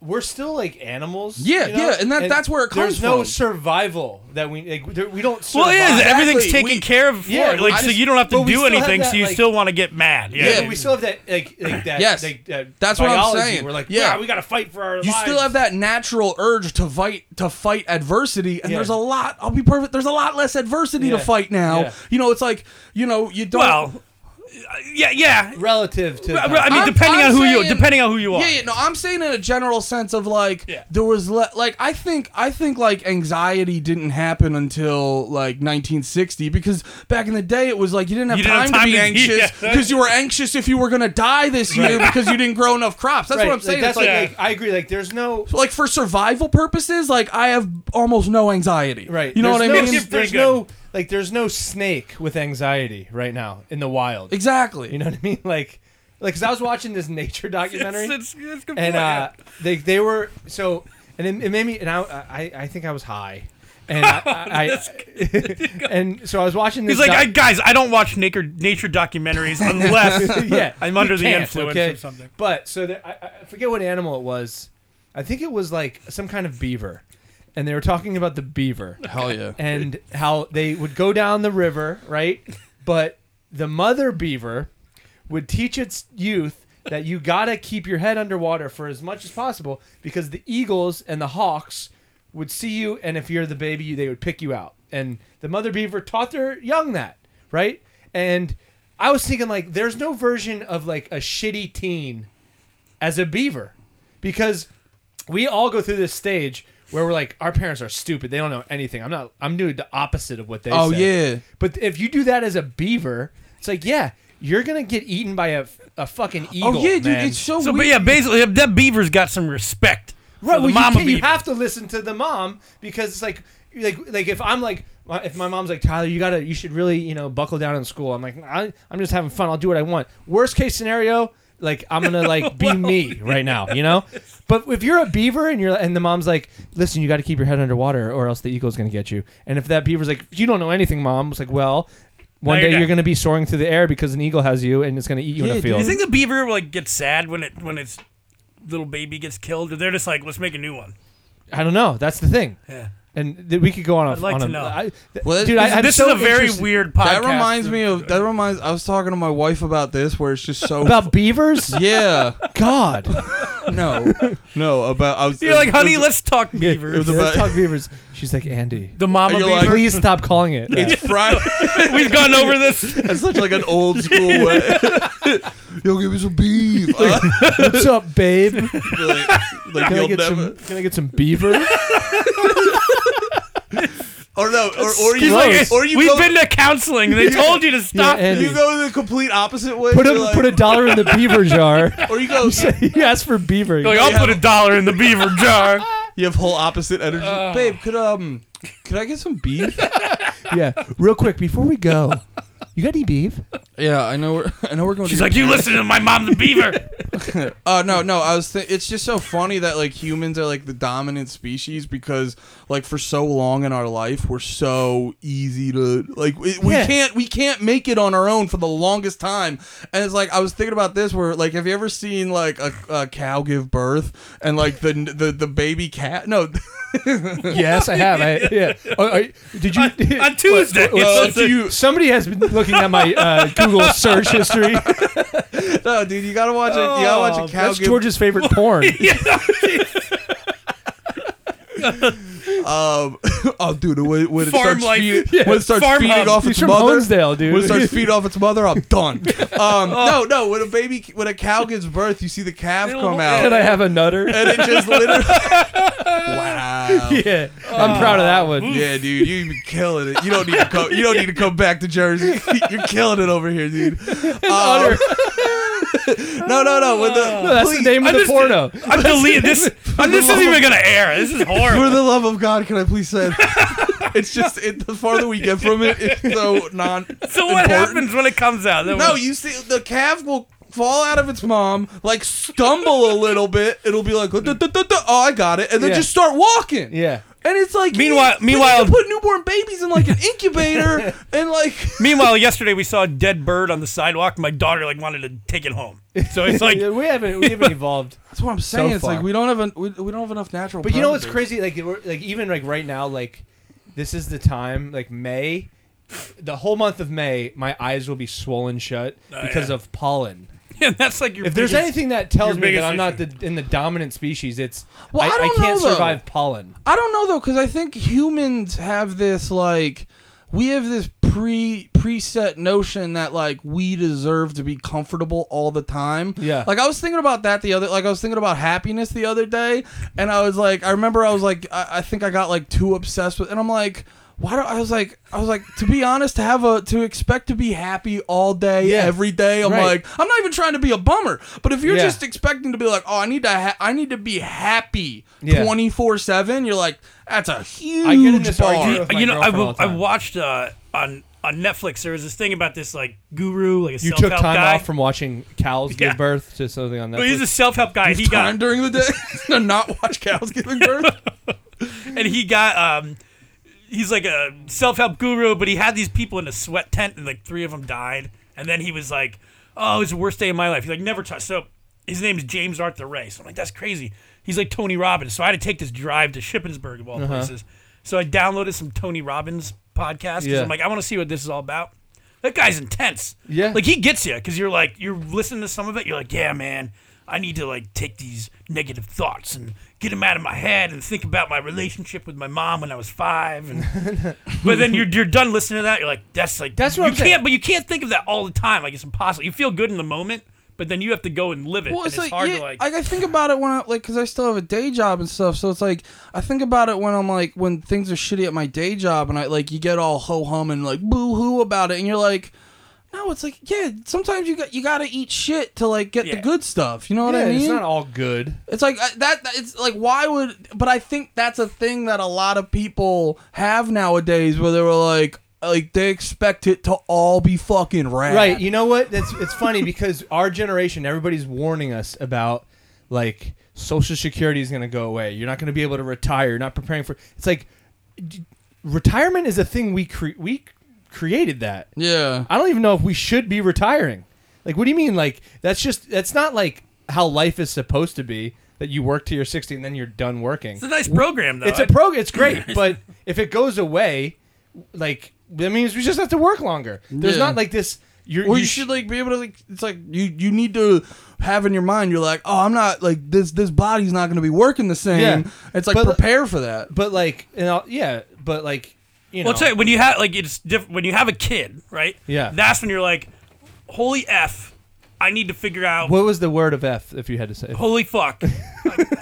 S3: we're still like animals.
S4: Yeah,
S3: you know?
S4: yeah, and that- that's where it
S3: there's
S4: comes
S3: no
S4: from.
S3: survival that we like, there, we don't. Survive.
S2: Well, it is.
S4: Exactly.
S2: Everything's taken
S4: We-
S2: care of for
S3: Yeah,
S2: it. Like,
S3: I
S2: so
S3: just-
S2: you don't have to
S3: but we
S2: do
S3: still have
S2: anything,
S3: that,
S2: so you
S3: like-
S2: still want to get mad. Yeah.
S3: Yeah,
S4: Yeah.
S3: we still have that like like that.
S4: Yes.
S3: like, that
S4: That's what I'm
S3: biology.
S4: saying.
S3: We're like,
S4: Yeah.
S3: yeah, we gotta fight for our.
S4: you still have that natural urge to fight to fight adversity and
S3: Yeah.
S4: there's a lot i'll be perfect there's a lot less adversity to
S3: Yeah.
S4: fight now
S3: Yeah.
S4: you know it's like you know you don't
S2: Well, uh, yeah, yeah.
S3: relative to.
S2: I I mean,
S4: I'm-
S2: depending
S4: I'm
S2: on who you
S4: saying-
S2: depending on who you are.
S4: Yeah, yeah, no, I'm saying in a general sense of like
S2: Yeah.
S4: there was le- like I think I think like anxiety didn't happen until like 1960 because back in the day it was like you didn't have,
S2: You
S4: time,
S2: didn't have
S4: to be
S2: time to- yeah,
S4: anxious
S2: that's-
S4: because you were anxious if you were gonna die this year because you didn't grow enough crops. That's
S3: Right,
S4: what I'm saying.
S3: Like,
S4: It's
S3: that's like,
S4: like,
S2: Yeah.
S3: like I agree. Like there's no
S4: like for survival purposes, like I have almost no anxiety.
S3: right.
S4: You know
S3: there's
S4: what I
S3: no-
S4: mean?
S2: You're pretty
S3: There's no like there's no snake with anxiety right now in the wild.
S4: Exactly.
S3: You know what I mean? Like like because I was watching this nature documentary.
S2: It's- it's- it's good
S3: and
S2: point.
S3: uh, they they were so, and it, it made me, and I, I I think I was high, and I, I, I and so I was watching this.
S2: He's like,
S3: doc-
S2: I, guys, I don't watch nature nature documentaries unless
S3: yeah,
S2: I'm
S3: you
S2: under the
S3: can't,
S2: influence
S3: okay?
S2: of something.
S3: But so there, I, I forget what animal it was. I think it was like some kind of beaver, and they were talking about the beaver
S4: Hell yeah.
S3: and how they would go down the river, right? But the mother beaver would teach its youth that you gotta keep your head underwater for as much as possible because the eagles and the hawks would see you, and if you're the baby, you- they would pick you out. And the mother beaver taught their young that, right? And I was thinking, like, there's no version of like a shitty teen as a beaver because we all go through this stage where we're like, our parents are stupid. They don't know anything. I'm not. I'm doing the opposite of what they.
S4: Oh,
S3: say.
S4: yeah.
S3: But if you do that as a beaver, it's like, yeah, you're gonna get eaten by a, a fucking eagle.
S4: Oh yeah, dude,
S3: man.
S4: it's so,
S2: So, but
S4: weird.
S2: yeah, basically, that beaver's got some respect.
S3: right.
S2: for the
S3: well,
S2: mama
S3: you, can, you
S2: beaver.
S3: have to listen to the mom because it's like, like, like if I'm like. my- If my mom's like Tyler, you gotta, you should really, you know, buckle down in school. I'm like, I, I'm just having fun. I'll do what I want. Worst case scenario, like I'm gonna like be me right now, you know. But if you're a beaver and you're and the mom's like, listen, you got to keep your head underwater or else the eagle's gonna get you. And if that beaver's like, you don't know anything, mom, it's like, well, one
S2: Now
S3: day
S2: you're
S3: you're,
S2: dead.
S3: gonna be soaring through the air because an eagle has you and it's gonna eat you in
S4: Yeah,
S3: a
S4: dude.
S3: field.
S2: You think the beaver like gets sad when it when its little baby gets killed, or they're just like, let's make a new one?
S3: I don't know. That's the thing.
S2: Yeah.
S3: and th- we could go on. A,
S2: I'd like
S3: on
S2: to
S3: a-
S2: know.
S3: I- th-
S4: Well,
S3: dude, I, I'm
S2: this
S3: so
S2: is a very
S3: interested-
S2: weird podcast.
S4: That reminds me of that reminds. I was talking to my wife about this, where it's just so.
S3: about beavers.
S4: yeah,
S3: God,
S4: no, no. About I was.
S2: You're like, honey,
S4: it's-
S2: let's talk
S4: It was
S2: beavers.
S4: about-
S3: let's talk beavers. She's like Andy.
S2: The mama
S4: You're
S2: beaver.
S4: like-
S3: Please stop calling it. that.
S4: It's Friday.
S2: We've gone over this.
S4: That's such like an old school way. Yo, give me some beef. Uh,
S3: What's up, babe? Can
S4: like, like
S3: I
S4: you'll
S3: get
S4: never.
S3: some? Can I get some beaver?
S4: Or no, or, or
S2: He's
S4: you,
S2: like,
S4: or you
S2: we've
S4: go,
S2: been to counseling. They told you to stop.
S3: Yeah, and-
S4: you go the complete opposite way.
S3: Put
S4: you're
S3: a
S4: like,
S3: put a dollar in the beaver jar.
S4: or you go.
S3: you asked for beaver.
S2: You're like, I'll put a dollar in the beaver jar.
S4: You have whole opposite energy, babe. Could um, could I get some beef?
S2: "Oh."
S3: yeah. Real quick before we go, you got any beef?
S4: yeah, I know. We're, I know we're going.
S2: She's
S4: to
S2: like, you listen to my mom, the beaver.
S4: Uh, no, no. I was. Th- it's just so funny that like humans are like the dominant species because like for so long in our life we're so easy to like we, we
S3: Yeah.
S4: can't we can't make it on our own for the longest time. And it's like I was thinking about this where like have you ever seen like a, a cow give birth and like the the the baby cat? No,
S3: Yes, I have. I, yeah. Oh, I- did you?
S2: On Tuesday.
S4: well,
S2: it's, it's,
S4: do you-
S3: Somebody has been looking at my uh, Google search history.
S4: no, dude. You gotta watch it. You gotta watch a cow
S3: Oh, That's
S4: give.
S3: George's favorite porn.
S4: um, oh, dude, when, when it
S2: Farm
S4: starts
S2: life.
S4: feeding,
S2: Yeah.
S4: when it starts
S2: Farm
S4: feeding
S2: hub.
S4: off
S3: He's
S4: its
S3: from
S4: mother.
S3: Honesdale, dude.
S4: When it starts feeding off its mother, I'm done. Um, No, no. When a baby, when a cow gives birth, you see the calf
S2: Oh. Little-
S4: come out,
S3: Can I have a nutter?
S4: and it just literally. wow. Yeah.
S3: yeah, I'm proud of that one.
S4: dude, you even killing it. You don't need to come. You don't need to come back to Jersey. You're killing it over here, dude. Um, no, no, no. When the,
S3: No, that's
S4: please,
S3: the name of
S2: I'm
S3: the
S2: just-
S3: porno.
S2: I'm deleting this. uh, this isn't even gonna air. This is
S4: For
S2: horrible.
S4: the love of God, can I please say? it's just it, the farther we get from it, it's so non.
S2: So what
S4: important.
S2: happens when it comes out? Then
S4: No,
S2: we-
S4: you see, the calf will fall out of its mom, like stumble a little bit. It'll be like, "Duh, duh, duh, duh." oh, I got it, and then
S3: Yeah.
S4: just start walking.
S3: Yeah,
S4: And it's like,
S2: Meanwhile-
S4: we need
S2: meanwhile-
S4: to put newborn babies in like an incubator, and like,
S2: Meanwhile, yesterday we saw a dead bird on the sidewalk. My daughter like wanted to take it home. So it's like
S3: Yeah, we haven't we haven't evolved.
S4: that's what I'm saying. it's
S3: far.
S4: like we don't have an, we, we don't have enough natural.
S3: But you know what's
S4: predators.
S3: crazy? Like, we're, like even like right now, like this is the time, like May, the whole month of May, my eyes will be swollen shut
S2: Oh,
S3: because
S2: yeah.
S3: of pollen.
S2: that's like your
S3: If there's
S2: biggest-
S3: anything that
S2: your
S3: tells me that
S2: biggest
S3: I'm not the, in the dominant species, it's
S4: Well, I
S3: I,
S4: don't
S3: can't
S4: know, though.
S3: survive pollen.
S4: I don't know though, because I think humans have this like we have this pre preset notion that like we deserve to be comfortable all the time.
S3: Yeah.
S4: Like I was thinking about that the other like I was thinking about happiness the other day, and I was like, I remember I was like, I, I think I got like too obsessed with, and I'm like. Why do I was like I was like to be honest to have a to expect to be happy all day
S3: Yeah.
S4: every day I'm
S3: Right.
S4: like I'm not even trying to be a bummer but if you're
S3: Yeah.
S4: just expecting to be like oh I need to ha- I need to be happy
S3: Yeah.
S4: 24 7 you're like that's a huge
S3: I get in this
S4: bar.
S3: argument-
S2: You-
S3: with my
S2: you know, I,
S3: girlfriend
S2: wa-
S3: all the time.
S2: I watched uh, on on Netflix. There was this thing about this like guru, like a
S3: You
S2: self-help
S3: took time
S2: guy.
S3: off from watching cows
S2: Yeah.
S3: give birth to something on
S2: Well, he's a
S3: Netflix.
S2: self-help guy. and He
S4: time
S2: got
S4: during the day to not watch cows giving birth
S2: and he got um, he's like a self-help guru, but he had these people in a sweat tent, and like three of them died. And then he was like, "Oh, it's the worst day of my life." He's like, "Never touch." So his name is James Arthur Ray. So I'm like, "That's crazy." He's like Tony Robbins. So I had to take this drive to Shippensburg of all places. So I downloaded some Tony Robbins podcast because
S3: Yeah.
S2: I'm like, I want to see what this is all about. That guy's intense.
S3: Yeah.
S2: Like he gets you because you're like you're listening to some of it. You're like, yeah, man, I need to like take these negative thoughts and get them out of my head and think about my relationship with my mom when I was five. And but then you're you're done listening to that. You're like, that's like
S3: That's what
S2: you
S3: I'm
S2: can't.
S3: saying.
S2: But you can't think of that all the time. Like it's impossible. You feel good in the moment, but then you have to go and live it.
S4: well
S2: and
S4: it's
S2: it's
S4: like,
S2: hard
S4: yeah,
S2: to like.
S4: like i think about it when i like because i still have a day job and stuff so it's like i think about it when i'm like when things are shitty at my day job and i like you get all ho-hum and like boo-hoo about it and you're like no it's like yeah sometimes you got you gotta eat shit to like get
S2: Yeah.
S4: the good stuff you know what
S3: yeah,
S4: i mean
S3: it's not all good.
S4: It's like uh, that. that- It's like why would? But I think that's a thing that a lot of people have nowadays, where they were like, like they expect it to all be fucking rad.
S3: Right. You know what? That's it's funny because our generation, everybody's warning us about like Social Security is going to go away. You're not going to be able to retire. You're not preparing for. It's like d- retirement is a thing we cre- we c- created that.
S4: Yeah.
S3: I don't even know if we should be retiring. Like, what do you mean? Like that's just that's not like how life is supposed to be. that you work till you're 60 and then you're done working.
S2: It's a nice program, though.
S3: It's a pro. It's great, but if it goes away, like that means we just have to work longer. There's
S4: Yeah.
S3: not like this. You're,
S4: Well, you
S3: you
S4: should like be able to like. It's like you you need to have in your mind. You're like, oh, I'm not like this. This body's not going to be working the same.
S3: Yeah.
S4: It's like
S3: But-
S4: prepare for that.
S3: but like, you know, yeah, but like, you know,
S2: Well, tell you, when you have like it's diff- when you have a kid, right?
S3: Yeah.
S2: That's when you're like, holy f, I need to figure out.
S3: what was the word of F if you had to say?
S2: Holy fuck! I,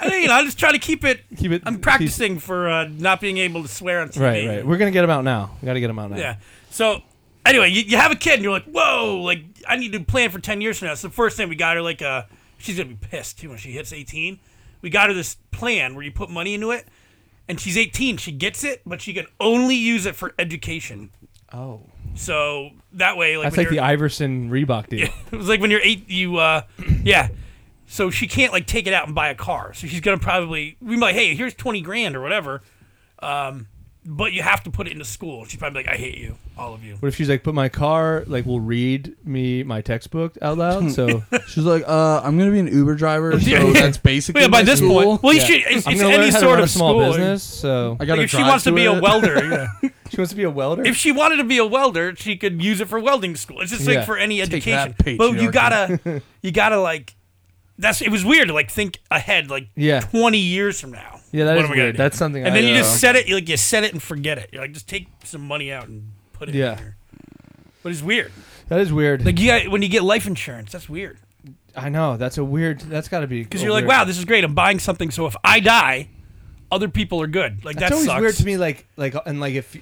S2: I, you know, I just try to keep it.
S3: Keep it-
S2: I'm practicing for uh, not being able to swear on TV.
S3: Right, right. We're gonna get them out now. We gotta get them out now.
S2: Yeah. So anyway, you, you have a kid and you're like, whoa, like I need to plan for ten years from now. So the first thing we got her like uh she's gonna be pissed too when she hits eighteen. We got her this plan where you put money into it and she's eighteen, she gets it, but she can only use it for education.
S3: Oh,
S2: So that way like
S3: that's
S2: when
S3: like the
S2: you're-
S3: Iverson Reebok deal.
S2: it was like when you're eight you uh yeah. So she can't like take it out and buy a car. So she's gonna probably we might, hey, here's twenty grand or whatever. Um but you have to put it into school. She's probably like, I hate you, all of you.
S3: What if she's like, put my car, like, will read me my textbook out loud? So
S4: She's like, uh, I'm gonna be an Uber driver. So
S2: Yeah.
S4: that's basically.
S2: Yeah, by
S4: my
S2: this
S4: school.
S2: point, well, you
S3: Yeah.
S2: should. It's,
S3: I'm
S2: it's
S3: gonna
S2: any
S3: learn how to
S2: sort
S3: run
S2: of
S3: a small
S2: school.
S3: business. So
S4: I gotta
S2: Like, if she
S4: drive
S2: wants to be a
S4: it.
S2: welder, yeah.
S3: she wants to be a welder.
S2: if she wanted to be a welder, she could use it for welding school. It's just like
S3: Yeah.
S2: for any education.
S4: that,
S2: But you
S4: patriarchy.
S2: gotta, you gotta like. That's it was weird to like think ahead like
S3: Yeah.
S2: twenty years from now.
S3: Yeah, that
S2: What
S3: is
S2: am I gonna
S3: weird.
S2: do?
S3: That's something
S2: And
S3: I- uh,
S2: then you
S3: Yeah.
S2: just set it, you like you set it and forget it. You're like, just take some money out and put it.
S3: Yeah.
S2: in here. But it's weird.
S3: that is weird.
S2: Like you got, when you get life insurance, that's weird
S3: I know that's a weird. That's got to be
S2: because you're like, wow, this is great. I'm buying something, so if I die, other people are good. Like
S3: That's
S2: that
S3: always
S2: sucks.
S3: weird to me. Like, like, uh, and like if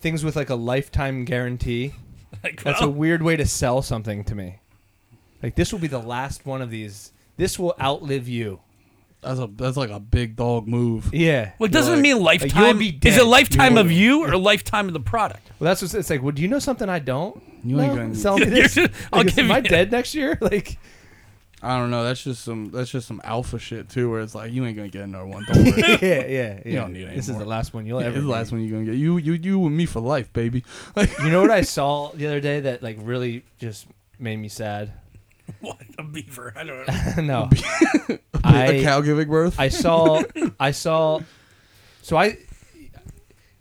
S3: things with like a lifetime guarantee.
S2: Like,
S3: That's
S2: well,
S3: a weird way to sell something to me. Like this will be the last one of these. This will outlive you.
S4: That's a that's like a big dog move.
S3: Yeah.
S2: Well, it doesn't
S3: Like-
S2: mean
S3: you'll
S2: lifetime.
S3: be
S2: is
S3: dead.
S2: it lifetime
S3: You
S2: of you or lifetime of the product?
S3: Well, that's what it's like. Well, do you know something I don't?
S4: You ain't gonna-
S3: sell me this.
S2: You're- I'll
S3: Like, is-
S2: give
S3: am I
S2: you-
S3: dead next year? Like,
S4: I don't know. That's just some that's just some alpha shit too, where it's like you ain't gonna get another one. Don't worry.
S3: yeah, yeah, yeah.
S4: don't need it
S3: this is
S4: anymore.
S3: the last one you'll
S4: This
S3: ever.
S4: is the
S3: need.
S4: last one you're gonna get. You you you and me for life, baby. Like
S3: You know what I saw the other day that like really just made me sad.
S2: What a beaver! I don't know.
S3: no,
S4: a
S3: I
S4: cow giving birth.
S3: I saw I saw. So I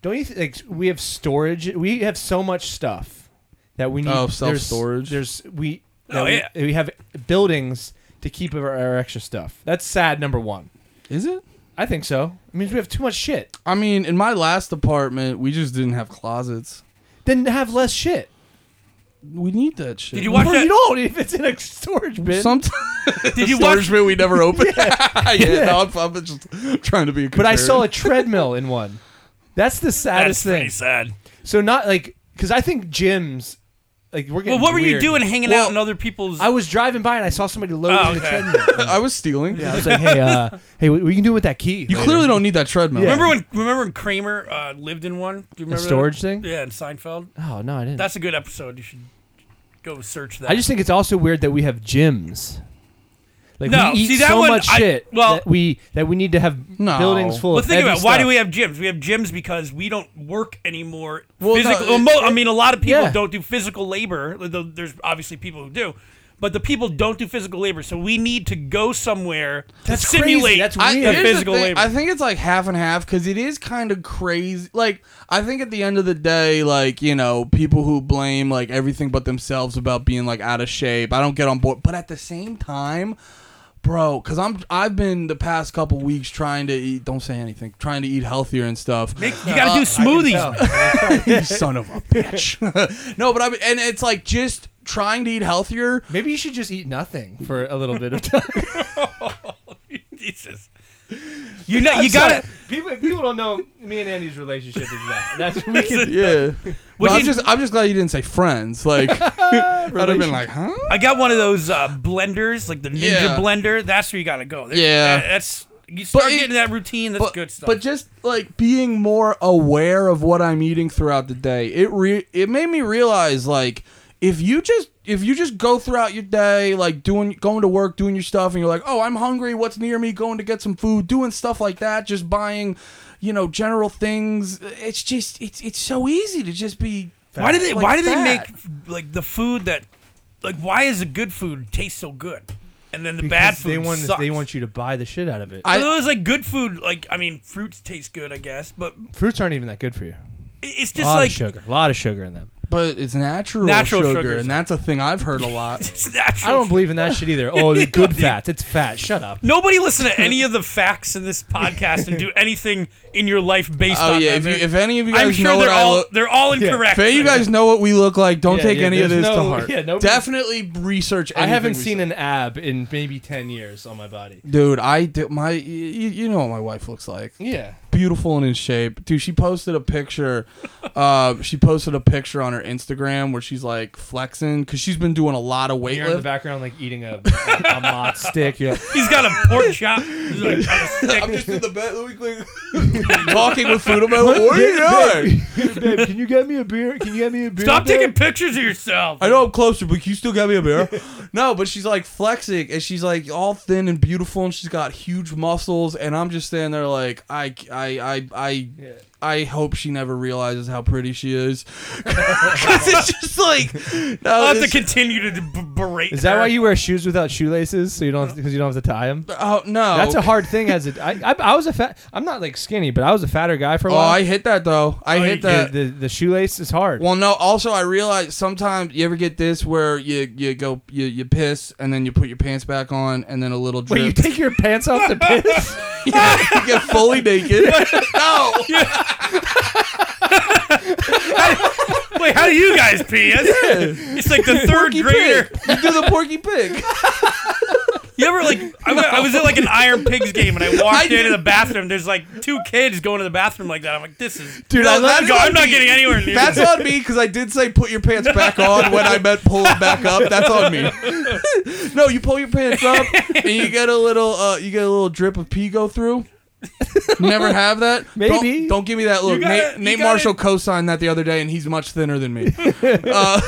S3: don't you think like, we have storage? We have so much stuff that we need.
S4: Oh,
S3: there's-
S4: self-storage.
S3: There's we.
S2: Oh,
S3: that we-
S2: yeah.
S3: we, have buildings to keep our, our extra stuff. That's sad. Number one.
S4: is it?
S3: I think so. It means we have too much shit.
S4: I mean, in my last apartment, we just didn't have closets.
S3: Then have less shit.
S4: We need that shit.
S2: Did you watch
S3: Well,
S2: that?
S3: you don't if it's in a storage bin.
S4: Sometimes
S2: Did you watch?
S4: storage bin we never opened. yeah, no, I'm, I'm just trying to be. A
S3: but I saw a treadmill in one. That's the
S2: That's
S3: saddest
S2: pretty
S3: thing.
S2: sad.
S3: So not like because I think gyms, like we're
S2: Well,
S3: getting.
S2: what were you
S3: weird.
S2: doing hanging
S4: Well,
S2: out in other people's?
S3: I was driving by and I saw somebody load
S2: Oh,
S3: to the
S2: okay.
S3: treadmill.
S4: I was stealing.
S3: I was like, hey, uh, hey, what, what you can do with that key?
S4: You clearly don't need that treadmill.
S2: remember when? Remember when Kramer uh, lived in one? Do you remember that?
S3: storage thing?
S2: Yeah, in Seinfeld.
S3: Oh no, I didn't.
S2: That's a good episode. You should go search that.
S3: I just think it's also weird that we have gyms. Like
S2: No,
S3: we eat
S2: see, that
S3: so
S2: one,
S3: much
S2: I-
S3: shit
S2: well-
S3: that we that we need to have
S4: No.
S3: buildings full
S2: Well,
S3: of.
S2: think
S3: heavy
S2: about it. why
S3: stuff.
S2: do we have gyms? We have gyms because we don't work anymore.
S4: Well, no,
S2: physically,
S4: it-
S2: well, mo- I mean, a lot of people
S3: Yeah.
S2: don't do physical labor. though There's obviously people who do, but the people don't do physical labor. So we need to go somewhere
S3: That's
S2: to
S3: crazy.
S2: simulate.
S3: That's
S4: I,
S3: weird.
S4: here's the
S2: Physical
S4: thing,
S2: labor.
S4: I think it's like half and half because it is kind of crazy. Like, I think at the end of the day, like, you know, people who blame like everything but themselves about being like out of shape, I don't get on board. But at the same time, bro, because I'm, I've been the past couple weeks trying to eat, don't say anything, trying to eat healthier and stuff.
S2: you
S4: Uh,
S2: got to do smoothies.
S4: you son of a bitch. no, but I, mean, and it's like just trying to eat healthier.
S3: Maybe you should just eat nothing for a little bit of time.
S2: Jesus, you know, you got to.
S3: People, people don't know me and Andy's relationship is that. That's we can.
S4: Yeah.
S2: Would
S4: No, I'm
S2: you-
S4: just, I'm just glad you didn't say friends. Like, I'd have been like, huh?
S2: I got one of those uh, blenders, like the Ninja
S4: Yeah.
S2: Blender. That's where you got to go. There-
S4: Yeah.
S2: that- that's you start
S4: it-
S2: getting that routine. That's
S4: but,
S2: good stuff.
S4: but just like being more aware of what I'm eating throughout the day, it re- it made me realize like if you just if you just go throughout your day like doing going to work, doing your stuff, and you're like, oh, I'm hungry. What's near me? Going to get some food, doing stuff like that, just buying, you know, general things. It's just it's it's so easy to just be.
S2: why do they?
S4: like
S2: why do they
S4: that.
S2: make like the food that? Like, why is the good food taste so good? and then the bad
S3: Because
S2: food
S3: they want
S2: sucks.
S3: they want you to buy the shit out of it.
S4: I-
S2: Although it's like good food, like I mean, fruits taste good, I guess, but
S3: Fruits aren't even that good for you.
S2: i- it's
S3: A
S2: just
S3: lot
S2: like
S3: of sugar, a lot of sugar in them.
S4: But it's natural,
S2: Natural
S4: sugar,
S2: sugars.
S4: and that's a thing I've heard a lot.
S2: it's natural.
S3: I don't believe in that shit either. Oh, the good fats. It's fat. Shut up.
S2: Nobody listen to any of the facts in this podcast and do anything in your life based
S4: oh
S2: on
S4: yeah,
S2: that.
S4: if, you,
S2: They're-
S4: if any of you guys
S2: I'm sure
S4: know
S2: they're
S4: what I
S2: all
S4: look,
S2: they're all incorrect.
S4: if any of you guys know what we look like, don't
S3: Yeah,
S4: take
S3: yeah,
S4: any of
S3: there's
S4: this to
S3: no-
S4: heart.
S3: yeah, nobody-
S4: Definitely research.
S3: I haven't
S4: anything we
S3: seen
S4: say.
S3: an ab in maybe ten years on my body.
S4: Dude, I do, my you, you know what my wife looks like.
S3: Yeah.
S4: beautiful and in shape. Dude, she posted a picture. Uh, she posted a picture on her Instagram where she's like flexing because she's been doing a lot of weight
S3: You're in the
S4: lift.
S3: background like eating a a mott stick. You're like,
S2: he's got a pork chop. He's like, got a stick.
S4: I'm just in the bed, talking with food. I'm like, what are you doing?
S3: Babe, can you get me a beer? Can you get me a beer?
S2: Stop
S3: babe?"
S2: taking pictures of yourself.
S4: I know I'm closer, but you still got me a beer. No, but she's like flexing and she's like all thin and beautiful and she's got huge muscles and I'm just standing there like I I I I I hope she never realizes how pretty she is. Cuz it's just like no,
S2: I'll have to
S4: it's-
S2: continue to b- berate.
S3: Is that
S2: her.
S3: why you wear shoes without shoelaces? So you don't because you don't have to tie them.
S4: Oh no.
S3: That's a hard thing. As a, I, I, I was a fat. I'm not like skinny, but I was a fatter guy for a
S4: Oh,
S3: while.
S4: I hit that though.
S2: Oh,
S4: I
S2: you
S4: hit that.
S3: the, the the shoelace is hard.
S4: Well, no. Also, I realized sometimes you ever get this where you you go you, you piss and then you put your pants back on and then a little drip.
S3: Wait, you take your pants off to piss?
S4: Yeah, you get fully naked. no,
S2: Wait, how do you guys pee? That's- It's like the third
S4: Porky
S2: grader.
S4: Pig. You do the Porky Pig.
S2: You ever like? I, wa- I was at like an Iron Pigs game and I
S4: I
S2: walked into
S4: did-
S2: the bathroom. There's like two kids going to the bathroom like that. I'm like, this is.
S4: Dude,
S2: No,
S4: I love
S2: I'm go-
S4: you.
S2: I'm not getting anywhere near.
S4: That's
S2: this.
S4: on me because I did say put your pants back on when I meant pull them back up. That's on me. no, you pull your pants up and you get a little uh, you get a little drip of pee go through. Never have that. Don't-
S3: Maybe.
S4: Don't, give me that look.
S2: gotta-
S4: Nate,
S2: you
S4: Nate
S2: gotta-
S4: Marshall co-signed that the other day, and he's much thinner than me. uh,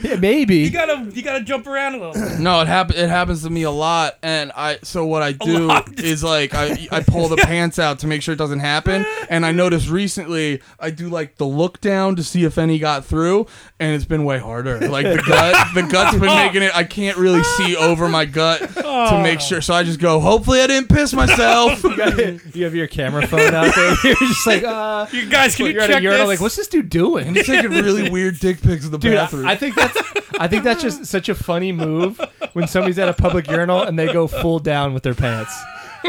S3: yeah, maybe.
S2: You gotta, you gotta jump around a little. bit.
S4: no, it happens. It happens to me a lot, and I. So what I do
S2: lot?
S4: is like I I pull the pants out to make sure it doesn't happen, and I noticed recently I do like the look down to see if any got through, and it's been way harder. Like the gut, the gut's been making it. I can't really see over my gut to make sure. So I just go. Hopefully, I didn't piss myself.
S3: you have your camera phone out there. You're just like, uh,
S2: You guys, can you
S3: you're at
S2: check
S3: a urinal.
S2: this?
S3: Like, what's this dude doing?
S4: and he's taking really weird dick pics in the
S3: Dude, I,
S4: bathroom.
S3: I think that's I think that's just such a funny move when somebody's at a public urinal and they go full down with their pants.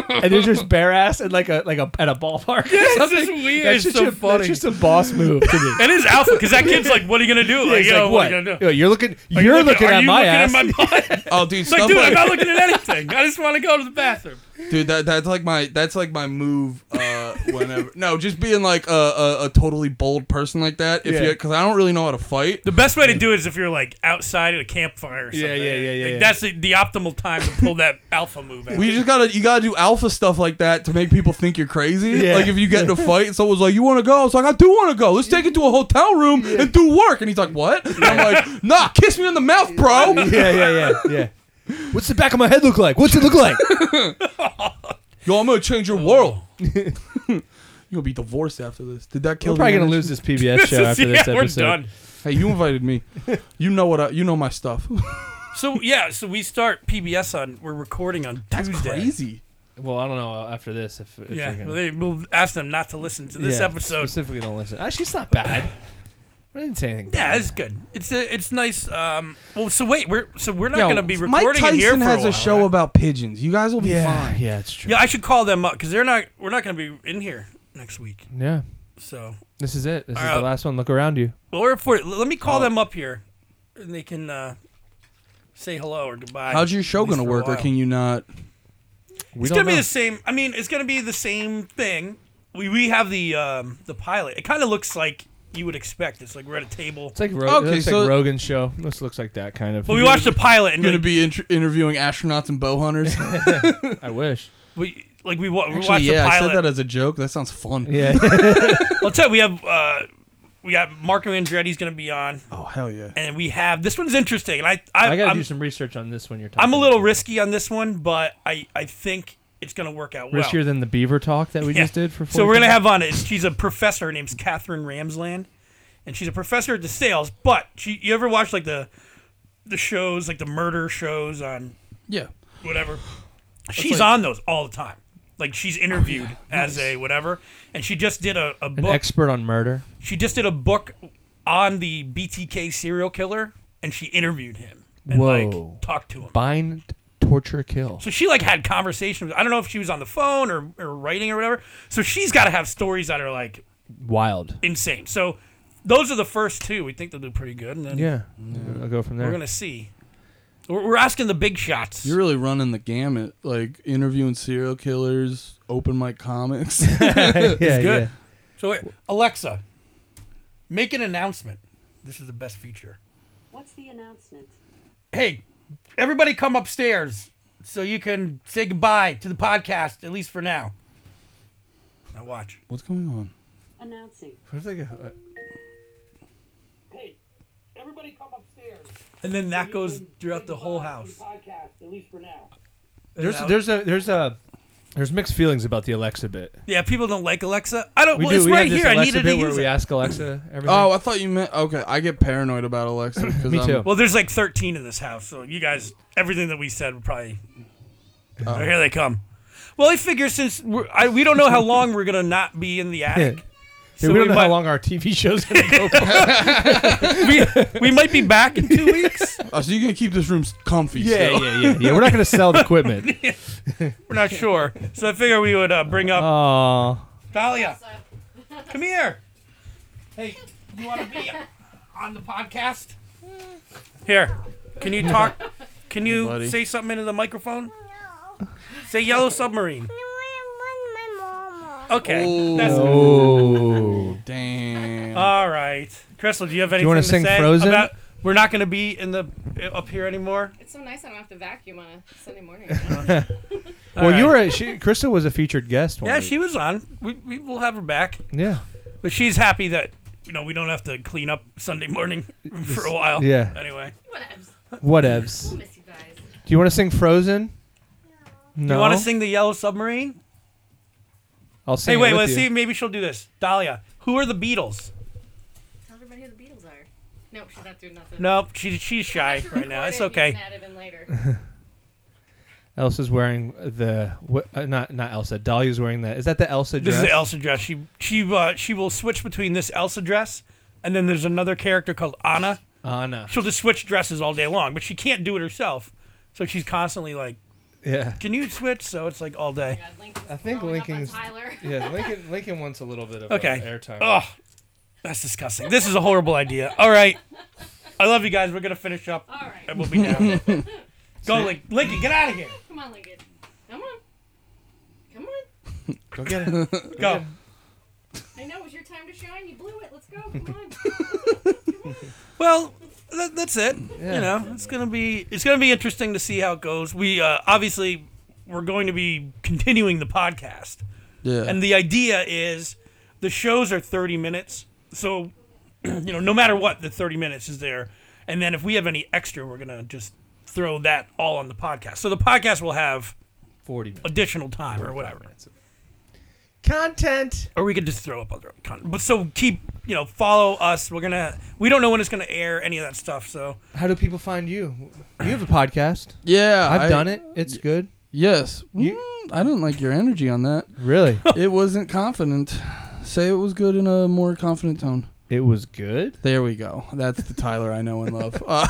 S3: And they're just bare ass at like a like a at a ballpark. Yeah,
S2: it's just weird. It's so funny.
S3: That's just a boss move to me.
S2: It is alpha because that kid's like, what are you gonna do? Like,
S3: He's
S2: you know,
S3: like,
S2: what? are you gonna do?
S3: Yo, You're looking.
S2: Are
S3: You're
S2: you
S3: looking,
S2: are
S3: at,
S2: you
S3: my
S2: looking
S3: ass.
S2: At my butt?
S4: oh, dude,
S2: It's like,
S4: stuff
S2: dude,
S4: like-
S2: I'm not looking at anything. I just want to go to the bathroom.
S4: Dude, that that's like my that's like my move. Uh, whenever no, just being like a, a, a totally bold person like that. If
S3: Yeah.
S4: you because I don't really know how to fight.
S2: The best way to do it is if you're like outside at a campfire. Or something.
S3: Yeah, yeah, yeah, yeah,
S2: Like,
S3: yeah.
S2: That's the, the optimal time to pull that alpha move. Out.
S4: We just gotta you gotta do alpha stuff like that to make people think you're crazy.
S3: Yeah.
S4: Like if you get in a fight and someone's like, "You want to go?" It's like, "I do want to go. Let's take it to a hotel room and do work." And he's like, "What?" And I'm like, "Nah, kiss me on the mouth, bro."
S3: yeah, yeah, yeah, yeah. What's the back of my head look like? What's it look like?
S4: Yo, I'm gonna change your world. You'll be divorced after this. Did that kill?
S3: We're probably
S4: the
S3: gonna
S4: marriage?
S3: lose this PBS
S2: This
S3: show
S2: is-
S3: after
S2: yeah,
S3: this
S2: we're
S3: episode.
S2: done.
S4: Hey, you invited me. You know what? I, you know my stuff.
S2: So yeah, so we start PBS on. We're recording on
S4: That's
S2: Tuesday.
S4: crazy.
S3: Well, I don't know after this if, if
S2: Yeah,
S3: you're gonna-
S2: well, they, we'll ask them not to listen to this
S3: Yeah,
S2: episode.
S3: specifically. Don't listen. Actually, it's not bad. I didn't say anything.
S2: Yeah,
S3: bad.
S2: it's good. It's a, it's nice. Um, well, so wait, we're so we're not
S4: Yo,
S2: going to be recording
S4: Mike Tyson
S2: in here for a,
S4: has a,
S2: while,
S4: show
S2: right?
S4: about pigeons. You guys will be
S3: yeah,
S4: fine.
S3: yeah, it's true.
S2: Yeah, I should call them up because they're not. We're not going to be in here next week.
S3: Yeah,
S2: So
S3: this is it. This is
S2: Alright.
S3: the last one. Look around you.
S2: well, we're for. Let me call them up here, and they can uh, say hello or goodbye.
S4: How's your
S2: at
S4: show
S2: least
S4: going to
S2: for a
S4: work, or
S2: while.
S4: can you not?
S3: We
S2: It's
S3: don't
S2: gonna be
S3: know.
S2: the same. I mean, it's gonna be the same thing. We we have the um the pilot. It kind of looks like you would expect. It's like we're at a table,
S3: It's like, Ro-
S4: Okay,
S3: it looks
S4: so-
S3: like Rogan's show. This looks like that kind of.
S2: but we watched the pilot and
S4: You're
S2: like
S4: going to be int- interviewing astronauts and bow hunters.
S3: I wish.
S2: we like we, wa- we
S4: Actually,
S2: watched
S4: yeah,
S2: the
S4: I
S2: pilot.
S4: said that as a joke. That sounds fun.
S3: Yeah.
S2: I'll tell you, we have uh we got Marco Andretti's gonna be on,
S4: Oh hell yeah!
S2: and we have this one's interesting. And I I,
S3: I gotta
S2: am
S3: do some research on this when you're talking.
S2: I'm a little
S3: about it.
S2: risky on this one, but I I think it's gonna work out well.
S3: riskier than the beaver talk that we
S2: Yeah.
S3: just did for. 40
S2: So we're gonna have on it. She's a professor. Her name's Catherine Ramsland, and she's a professor at the sales. But she, you ever watch like the the shows, like the murder shows on
S4: Yeah.
S2: whatever. She's on those all the time. Like she's interviewed as a whatever, and she just did a, a
S3: Oh, An
S2: book.
S3: expert on murder.
S2: she just did a book on the BTK serial killer, and she interviewed him and
S3: Whoa.
S2: like talked to him.
S3: Bind, torture, kill.
S2: So she like had conversations. I don't know if she was on the phone or, or writing or whatever. So she's got to have stories that are like
S3: Wild.
S2: insane. So those are the first two. We think they'll do pretty good, and then
S3: Yeah. I'll go from there.
S2: we're gonna see. We're, we're asking the big shots.
S4: You're really running the gamut, like interviewing serial killers, open mic comics.
S3: yeah,
S2: good.
S3: yeah.
S2: so wait, Alexa, make an announcement. This is the best feature.
S5: What's the announcement?
S2: Hey, everybody, come upstairs so you can say goodbye to the podcast at least for now. Now watch.
S4: What's going on?
S5: Announcing.
S6: Hey, everybody come upstairs.
S2: And then that goes throughout the whole house.
S6: Podcast, at least for now.
S3: There's
S2: Yeah.
S3: there's a there's a there's mixed feelings about the Alexa bit.
S2: Yeah, people don't like Alexa. I don't.
S3: We
S2: well,
S3: do.
S2: it's
S3: we
S2: right
S3: have this
S2: here. I
S3: Alexa
S2: needed
S3: bit
S2: to
S3: where
S2: use
S3: we
S2: it.
S3: ask Alexa everything.
S4: Oh, I thought you meant okay. I get paranoid about Alexa because
S3: Me too.
S4: I'm,
S2: Well, there's like 13 in this house, so you guys, everything that we said would probably. Oh, here they come. Well, I figure since we're, I, we don't know how long we're gonna not be in the attic,
S3: Yeah, we don't know
S2: might,
S3: how long our TV show's gonna go for.
S2: we, we might be back in two weeks.
S4: Oh, so you're gonna keep this room s- comfy. still.
S3: yeah, yeah, yeah. We're not gonna sell the equipment.
S2: We're not sure, so I figure we would uh, bring up
S3: Oh,
S2: Dahlia. Come here. Hey, you want to be on the podcast? Here, can you talk? Can you
S4: buddy.
S2: say something into the microphone? Say Yellow Submarine. Okay. That's
S3: oh.
S4: Damn.
S2: All right, Crystal. Do you have anything
S3: wanna
S2: to
S3: sing
S2: say
S3: Frozen?
S2: about? We're not going to be in the up here anymore.
S7: It's so nice I don't have to vacuum on a Sunday morning.
S3: well, you were. A, she, Crystal was a featured guest. One
S2: Yeah,
S3: week.
S2: she was on. We we will have her back,
S3: Yeah,
S2: but she's happy that you know we don't have to clean up Sunday morning for a while.
S3: yeah.
S2: Anyway,
S7: Whatevs.
S3: whatevs. Do
S7: Miss you guys.
S3: you want to sing Frozen? No.
S2: you want to sing the Yellow Submarine?
S3: I'll sing.
S2: hey,
S3: it
S2: wait.
S3: with
S2: Let's
S3: you.
S2: see. Maybe she'll do this. Dahlia, who are the Beatles?
S7: Tell everybody who the Beatles are. Nope, she's not doing nothing.
S2: Nope, she she's shy right now. It's okay.
S7: Added in later.
S3: Elsa's wearing the what, uh, not not Elsa. Dahlia's wearing the. Is that the Elsa dress?
S2: This is the Elsa dress. She she uh, she will switch between this Elsa dress and then there's another character called Anna.
S3: Anna.
S2: she'll just switch dresses all day long, but she can't do it herself. So she's constantly like,
S3: Yeah.
S2: "Can you switch?" So it's like all day.
S7: God, Lincoln's
S3: I think
S7: blowing up on
S3: Lincoln's-
S7: Tyler.
S3: Yeah. Lincoln. Lincoln wants a little bit of uh,
S2: Okay.
S3: airtime.
S2: Ugh, that's disgusting. This is a horrible idea. All right, I love you guys. We're gonna finish up,
S7: All right.
S2: and we'll be down. Go, Link. Lincoln, get out of here.
S7: Come on, Lincoln. Come on. Come on.
S3: Go get it.
S2: Go.
S7: I know it was your time to shine. You blew it. Let's go. Come on.
S2: Well, that, that's it. You know, it's gonna be it's gonna be interesting to see how it goes. We uh, obviously we're going to be continuing the podcast.
S4: Yeah.
S2: And the idea is the shows are 30 minutes. So, you know, no matter what, the 30 minutes is there. And then if we have any extra, we're going to just throw that all on the podcast. So the podcast will have
S3: Forty minutes.
S2: additional time or whatever.
S3: Content.
S2: Or we could just throw up other content. But so keep, you know, follow us. We're going to, we don't know when it's going to air, any of that stuff. So
S3: How do people find you? You have a podcast.
S4: yeah.
S3: I've
S4: I-
S3: done it. It's good.
S4: Yes.
S3: You-
S4: Mm, I didn't like your energy on that.
S3: Really?
S4: it wasn't confident. Say it was good in a more confident tone.
S3: it was good.
S4: There we go. That's the Tyler I know and love. Uh,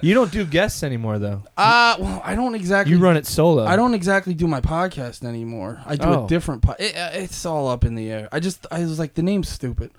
S3: You don't do guests anymore, though.
S4: uh well, I don't exactly.
S3: You run it solo.
S4: I don't exactly do my podcast anymore. I do
S3: Oh.
S4: a different po- it, uh, It's all up in the air. I just I was like the name's stupid,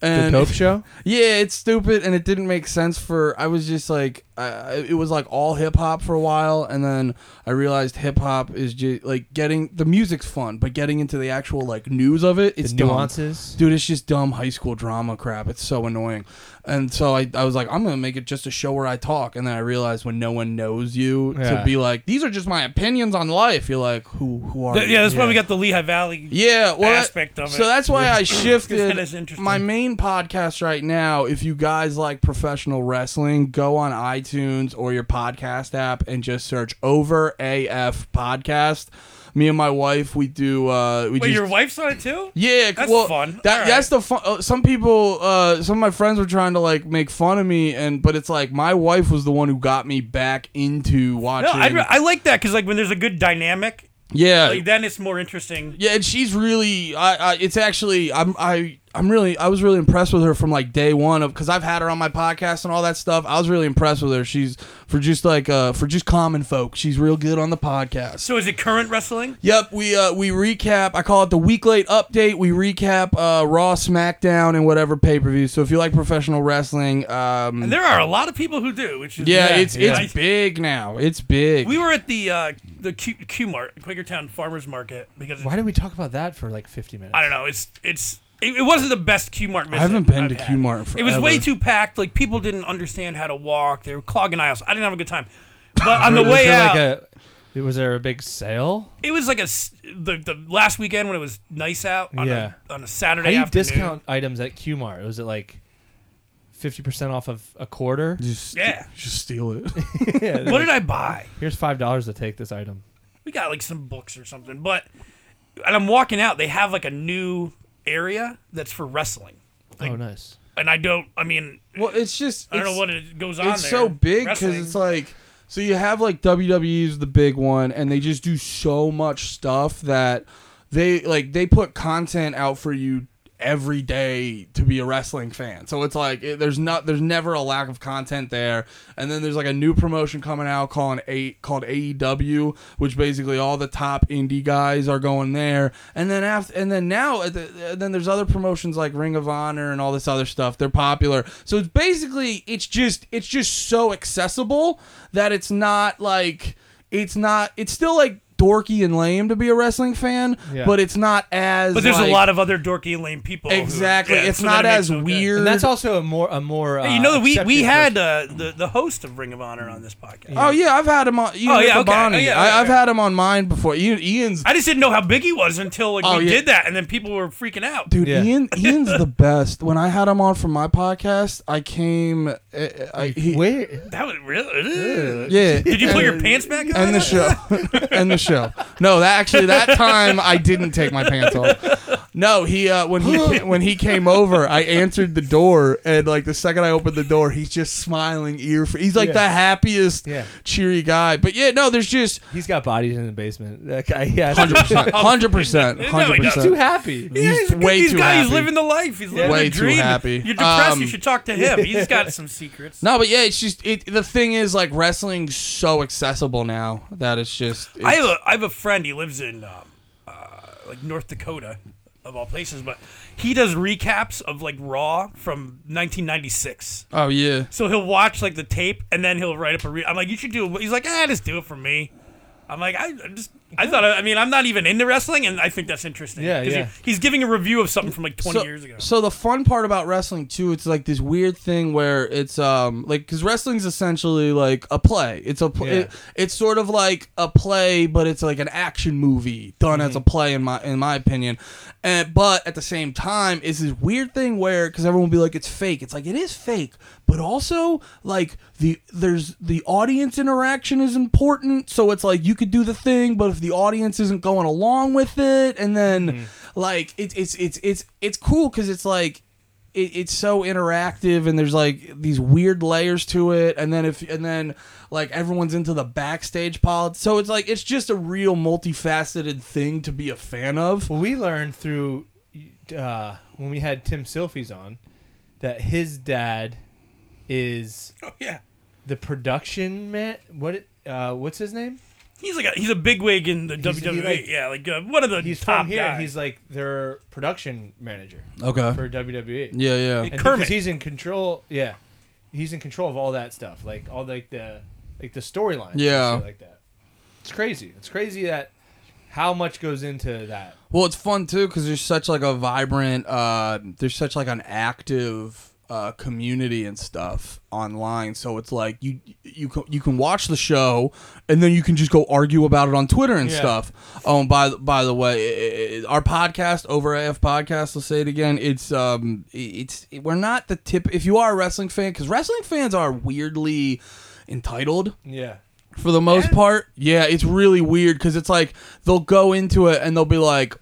S3: The
S4: and
S3: Dope Show.
S4: yeah, it's stupid and it didn't make sense for. I was just like, I, I- it was like all hip hop for a while, and then I realized hip hop is just like getting the music's fun, but getting into the actual like news of it, it's
S3: the
S4: dumb.
S3: nuances.
S4: Dude, it's just dumb high school drama crap. It's so annoying. And so I, I was like, I'm going to make it just a show where I talk. And then I realized when no one knows you,
S3: Yeah.
S4: to be like, these are just my opinions on life. You're like, who who are
S2: Th-
S4: you?
S2: yeah, that's why we got the Lehigh Valley.
S4: Yeah, well, that-
S2: aspect of it.
S4: So that's why I
S2: That
S4: shifted
S2: is interesting.
S4: my main podcast right now. If you guys like professional wrestling, go on iTunes or your podcast app and just search Over AF Podcast. Me and my wife, we do. Uh, we
S2: Wait,
S4: do
S2: your wife's on it too?
S4: yeah,
S2: That's
S4: well,
S2: fun.
S4: That,
S2: All
S4: That's the fun. Uh, some people, uh, some of my friends were trying to like make fun of me, and but it's like my wife was the one who got me back into
S2: No,
S4: watching.
S2: I, I like that because like when there's a good dynamic,
S4: yeah,
S2: like then it's more interesting.
S4: yeah, and she's really. I, I it's actually I'm I I'm really I was really impressed with her from like day one of because I've had her on my podcast and all that stuff. I was really impressed with her. She's for just like uh for just common folk. She's real good on the podcast.
S2: So is it current wrestling?
S4: Yep, we uh, we recap. I call it the week late update. We recap uh, Raw, SmackDown, and whatever pay per view. So if you like professional wrestling, um,
S2: And there are a lot of people who do, which is
S4: yeah, it's
S3: yeah.
S4: it's big now. It's big.
S2: We were at the uh, the Q, Q Mart, Quakertown Farmers Market, because
S3: Why
S2: it's-
S3: did we talk about that for like 50 minutes?
S2: I don't know. It's it's it, it wasn't the best Q Mart. visit
S4: haven't been
S2: I've
S4: to
S2: had.
S4: Q Mart in
S2: It was way
S4: forever.
S2: too packed. Like people didn't understand how to walk. They were clogging aisles. I didn't have a good time. But on the
S3: Was
S2: way
S3: there
S2: out,
S3: like a- was there a big sale?
S2: it was like a s- the, the last weekend when it was nice out on,
S3: Yeah.
S2: a, on a
S3: How
S2: Saturday
S3: do you
S2: afternoon.
S3: discount items at Qmart? Was it like 50% off of a quarter?
S4: just
S2: Yeah.
S4: just steal it.
S3: yeah,
S2: What did I buy?
S3: here's $5 to take this item.
S2: we got like some books or something. But and I'm walking out, they have like a new area that's for wrestling. Like,
S3: oh, nice.
S2: And I don't. I mean,
S4: well, it's just
S2: I don't know what it goes on.
S4: it's
S2: there.
S4: so big because
S2: Wrestling.
S4: it's like so you have like WWE's the big one, and they just do so much stuff that they like they put content out for you every day to be a wrestling fan. So it's like it, there's not there's never a lack of content there. And then there's like a new promotion coming out calling a E called AEW, which basically all the top indie guys are going there. And then after and then now at the, then there's other promotions like Ring of Honor and all this other stuff. They're popular. So it's basically it's just it's just so accessible that it's not like it's not it's still like dorky and lame to be a wrestling fan,
S3: Yeah.
S4: but it's not as
S2: but there's
S4: like-
S2: a lot of other dorky and lame people. who-
S4: Exactly.
S2: yeah,
S4: it's
S2: so
S4: not
S2: that makes
S4: as
S2: it okay.
S4: weird.
S3: And that's also a more a more. Uh,
S2: Hey, you know, we we
S3: accepted
S2: had
S3: version.
S2: uh, the the host of Ring of Honor on this podcast.
S4: Oh yeah, I've had him on. Ian
S2: Oh, yeah, okay.
S4: Riccoboni.
S2: Oh, yeah,
S4: I,
S2: yeah,
S4: I've
S2: yeah.
S4: had him on mine before. Ian, Ian's
S2: I just didn't know how big he was until like,
S4: Oh,
S2: we
S4: yeah.
S2: did that, and then people were freaking out.
S4: dude.
S3: Yeah.
S4: Ian, Ian's the best. When I had him on for my podcast, I came. uh, I, he,
S3: Wait,
S2: That was really.
S4: Yeah.
S2: Did you put your
S4: And-
S2: pants back on?
S4: End the show. End the show. No, that actually that time I didn't take my pants off. No, he uh, when he ca- when he came over, I answered the door, and like the second I opened the door, he's just smiling ear. For, he's like
S3: Yeah.
S4: the happiest,
S3: Yeah.
S4: cheery guy. But yeah, no, there's just
S3: he's got bodies in the basement. That guy, yeah,
S4: hundred percent, hundred percent,
S2: No, he
S4: hundred
S2: doesn't.
S3: he's too
S4: percent.
S3: happy.
S2: Yeah,
S4: He's
S2: he's,
S4: way
S2: he's
S4: too
S2: guy, He's
S4: happy.
S2: living the life. He's living
S4: Way
S2: the
S4: too
S2: dream.
S4: happy.
S2: You're depressed.
S4: Um,
S2: you should talk to him. He's got some secrets.
S4: No, but yeah, it's just it. The thing is, like wrestling's so accessible now that it's just. It's,
S2: I have a I have a friend. He lives in um, uh, like North Dakota, of all places. But he does recaps of like Raw from 1996.
S4: oh yeah.
S2: So he'll watch like the tape and then he'll write up a. Re- I'm like, you should do. it." He's like, ah, just do it for me. I'm like, I I'm just. I thought. I mean, I'm not even into wrestling, and I think that's interesting.
S3: Yeah,
S2: 'Cause he-
S3: yeah.
S2: he's giving a review of something from like 20
S4: so,
S2: years ago.
S4: So the fun part about wrestling too, it's like this weird thing where it's um like because wrestling's essentially like a play. It's a pl-
S3: Yeah.
S4: it- it's sort of like a play, but it's like an action movie done as a play in my in my opinion. And but at the same time, it's this weird thing where because everyone will be like it's fake. It's like it is fake, but also like the there's the audience interaction is important. So it's like you could do the thing, but if the audience isn't going along with it, and then like it's it's it's it's it's cool because it's like it, it's so interactive and there's like these weird layers to it and then if and then like everyone's into the backstage pod so it's like it's just a real multifaceted thing to be a fan of
S3: Well, we learned through uh, when we had Tim Silfies on that his dad is
S2: oh, yeah.
S3: the production man. What? it- Uh, what's his name?
S2: He's like a, he's a big wig in the
S3: He's- he,
S2: WWE.
S3: like-
S2: yeah, like uh, one of the
S3: He's
S2: top
S3: from here. and
S2: guys.
S3: He's like their production manager
S4: okay
S3: for WWE.
S4: yeah yeah
S3: and
S2: Kermit.
S3: because he's in control. Yeah, he's in control of all that stuff, like all like the like the storyline.
S4: Yeah.
S3: like that. It's crazy. It's crazy that how much goes into that.
S4: well it's fun too because there's such like a vibrant uh there's such like an active uh, community and stuff online so it's like you you can, you can watch the show and then you can just go argue about it on twitter and
S3: Yeah.
S4: stuff oh and by the, by the way i- i- i- our podcast over af podcast let's say it again it's um i- it's we're not the tip if you are a wrestling fan because wrestling fans are weirdly entitled
S3: Yeah,
S4: for the most part. Yeah, it's really weird because it's like they'll go into it and they'll be like,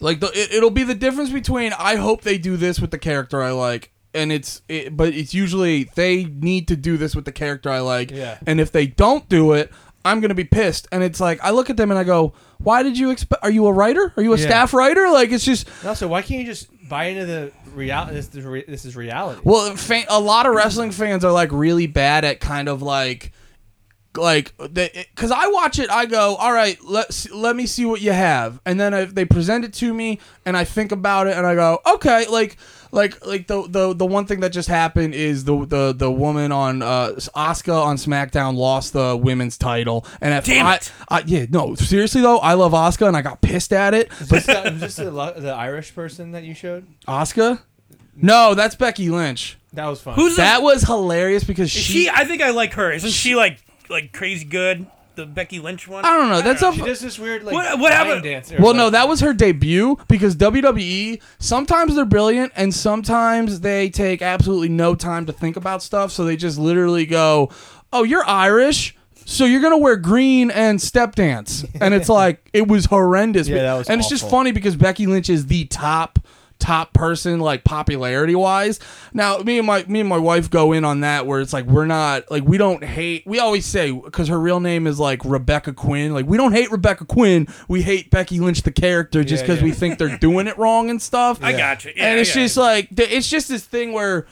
S4: like the, it, it'll be the difference between I hope they do this with the character I like. And it's, it, but it's usually they need to do this with the character I like.
S3: Yeah.
S4: And if they don't do it, I'm gonna be pissed. And it's like I look at them and I go, "Why did you expect? Are you a writer? Are you a
S3: Yeah.
S4: staff writer? Like it's just
S3: And also, why can't you just buy into the reality? This, this, re- this is reality.
S4: Well, fa- a lot of wrestling fans are like really bad at kind of like like because i watch it i go all right let's let me see what you have and then I, they present it to me and i think about it and i go okay like like like the the, the one thing that just happened is the the the woman on uh oscar on smackdown lost the women's title and if
S2: Damn
S4: I,
S2: it.
S4: I yeah no seriously though i love oscar and i got pissed at it
S3: Is this, the, is this the, lo- the Irish person that you showed?
S4: oscar no that's becky lynch
S3: That was fun.
S2: Who's
S4: that was hilarious because
S2: Is she? I think I like her. Isn't she like like crazy good? The Becky Lynch one.
S4: I don't know. That's up.
S3: She does this weird like
S2: What- what
S3: line
S2: happened-
S3: dance or
S4: Well, no,
S3: something.
S4: that was her debut because WWE sometimes they're brilliant and sometimes they take absolutely no time to think about stuff. So they just literally go, "Oh, you're Irish." So you're gonna wear green and step dance, and it's like it was horrendous.
S3: Yeah, that was
S4: and it's just
S3: awful.
S4: funny because Becky Lynch is the top top person like popularity wise. Now me and my me and my wife go in on that where it's like we're not like we don't hate. We always say because her real name is like Rebecca Quinn. Like we don't hate Rebecca Quinn. We hate Becky Lynch the character just
S3: Yeah,
S4: because
S3: yeah.
S4: we think they're doing it wrong and stuff.
S2: I gotcha. Yeah,
S4: and it's
S2: yeah.
S4: just like th- it's just this thing where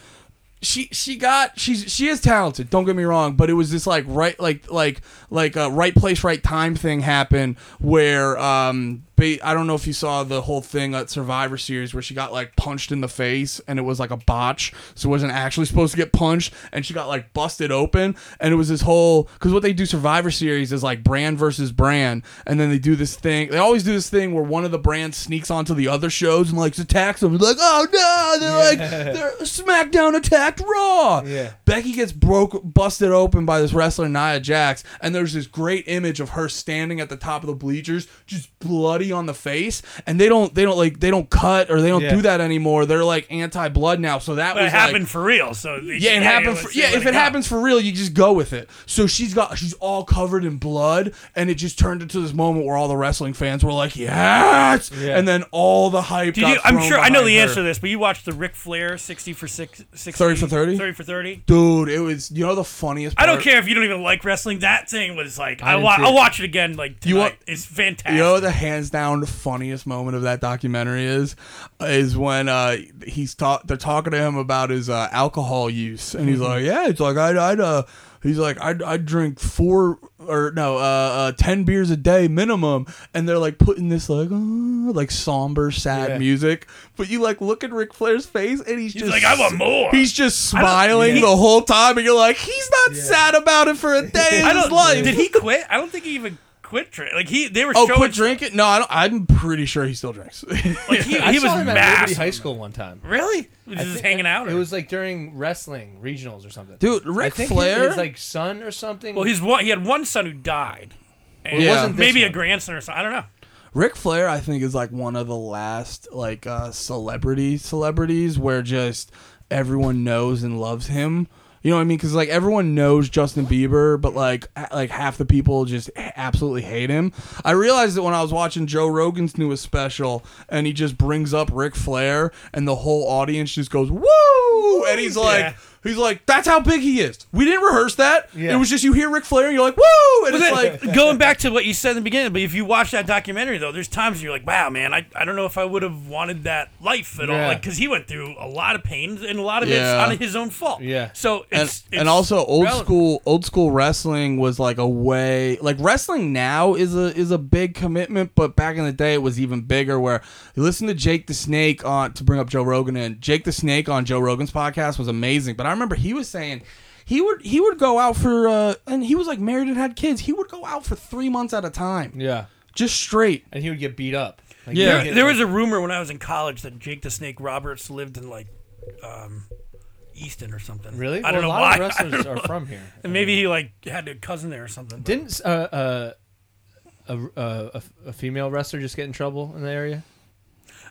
S4: she she got she's she is talented don't get me wrong but it was this like right like like like uh, right place right time thing happened where um ba- i don't know if you saw the whole thing at survivor series where she got like punched in the face and it was like a botch so it wasn't actually supposed to get punched and she got like busted open and it was this whole because what they do survivor series is like brand versus brand and then they do this thing they always do this thing where one of the brands sneaks onto the other shows and like attacks them like oh no they're like they're smackdown attacked raw
S3: Yeah.
S4: Becky gets broke, busted open by this wrestler Nia Jax, and there's this great image of her standing at the top of the bleachers, just bloody on the face. And they don't, they don't like, they don't cut or they don't
S3: Yeah.
S4: do that anymore. They're like anti-blood now. So that
S2: But
S4: was
S2: it happened
S4: Like,
S2: for real. So
S4: yeah, it happened.
S2: let's
S4: For,
S2: see
S4: yeah,
S2: what
S4: if it
S2: got.
S4: happens for real, you just go with it. So she's got, she's all covered in blood, and it just turned into this moment where all the wrestling fans were like, "Yes!"
S3: Yeah.
S4: And then all the hype.
S2: Did
S4: got
S2: you, I'm
S4: thrown
S2: sure I know
S4: behind
S2: the
S4: her.
S2: answer to this, but you watched the Ric Flair 60 for 6, 60,
S4: 30 for 30?
S2: 30 for 30.
S4: Dude, it was you know the funniest.
S2: I
S4: Part?
S2: don't care if you don't even like wrestling. That thing was like I
S4: didn't
S2: wa-
S4: see
S2: I'll
S4: it.
S2: watch it again. Like tonight.
S4: You want-
S2: it's fantastic.
S4: You know what the hands down funniest moment of that documentary is is when uh he's talk they're talking to him about his uh, alcohol use and he's
S2: Mm-hmm.
S4: like yeah it's like I'd, I'd uh he's like I'd, I'd drink four or no uh, uh ten beers a day minimum and they're like putting this like uh, like somber sad
S3: Yeah.
S4: music but you like look at Ric Flair's face and he's,
S2: He's
S4: just
S2: like I want more.
S4: he's just
S2: don't-
S4: smiling
S2: he-
S4: the whole time and you're like he's not sad about it for a day in
S2: I
S4: his
S2: don't.
S4: life
S2: Did he quit? I don't think he even quit. Drink. Like he they were
S4: Oh,
S2: showing
S4: quit drinking? No, I don't, I'm pretty sure he still drinks.
S2: Like he,
S3: I
S2: he was
S3: saw him at Liberty
S2: massive.
S3: High School one time.
S2: Really? Was he just hanging out.
S3: It
S2: or-
S3: was like during wrestling regionals or something.
S4: Dude,
S3: I
S4: Ric
S3: think
S4: Flair-
S3: his like son or something.
S2: Well, his one, he had one son who died. And
S4: it wasn't
S3: this
S2: maybe a
S3: one.
S2: grandson or something. I don't know.
S4: Ric Flair, I think, is like one of the last like uh, celebrity celebrities where just everyone knows and loves him. You know what I mean? Because like everyone knows Justin Bieber, but like h- like half the people just h- absolutely hate him. I realized that when I was watching Joe Rogan's newest special, and he just brings up Ric Flair, and the whole audience just goes woo, and he's like.
S2: Yeah.
S4: He's like, that's how big he is. We didn't rehearse that.
S3: Yeah.
S4: It was just you hear Ric Flair and you're like, woo! And
S2: But
S4: it's
S2: then,
S4: like,
S2: going back to what you said in the beginning, but if you watch that documentary though, there's times you're like, wow, man, I, I don't know if I would have wanted that life at all,
S3: Yeah.
S2: like because he went through a lot of pain and a lot of
S4: Yeah.
S2: it's on his own fault.
S3: Yeah.
S2: So it's,
S4: and,
S2: it's
S4: and also old
S2: relevant.
S4: school old school wrestling was like a way like wrestling now is a is a big commitment but back in the day it was even bigger where you listen to Jake the Snake on to bring up Joe Rogan and Jake the Snake on Joe Rogan's podcast was amazing but I remember he was saying he would he would go out for uh, and he was like married and had kids he would go out for 3 months at a time
S3: yeah,
S4: just straight
S3: and he would get beat up. Like, he'd
S4: Yeah.
S2: There,
S3: get,
S2: there
S3: like-
S2: was a rumor when I was in college that Jake the Snake Roberts lived in like um, Easton or something.
S3: really.
S2: I don't
S3: well,
S2: know
S3: a lot
S2: why.
S3: of
S2: I don't
S3: wrestlers
S2: know.
S3: are from here.
S2: And maybe he like had a cousin there or something. but-
S3: Didn't uh, uh, a, uh, a a female wrestler just get in trouble in the area?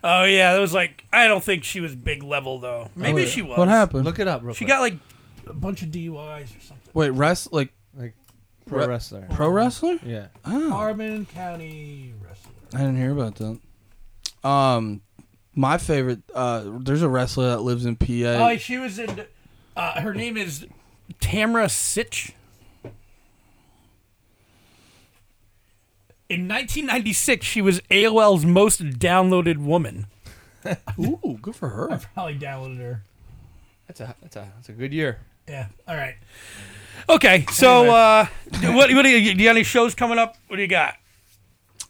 S2: Oh yeah, that was like I don't think she was big level though.
S4: Oh,
S2: Maybe she was.
S4: what happened
S3: Look it up. Real
S2: She
S3: quick.
S2: got like a bunch of DUIs or something.
S4: wait rest like
S3: like pro
S4: Re-
S3: wrestler.
S4: Pro wrestler?
S3: yeah.
S4: Oh,
S2: Harbin County wrestler.
S4: I didn't hear about that. Um, my favorite. Uh, there's a wrestler that lives in PA.
S2: Oh, she was in. Uh, her name is Tamra Sitch. In 1996, she was AOL's most downloaded woman.
S4: Ooh, good for her.
S2: Probably downloaded her.
S3: That's a that's a that's a good year.
S2: Yeah. All right. Okay. So, uh, what, what do you, do you got any shows coming up? What do you got?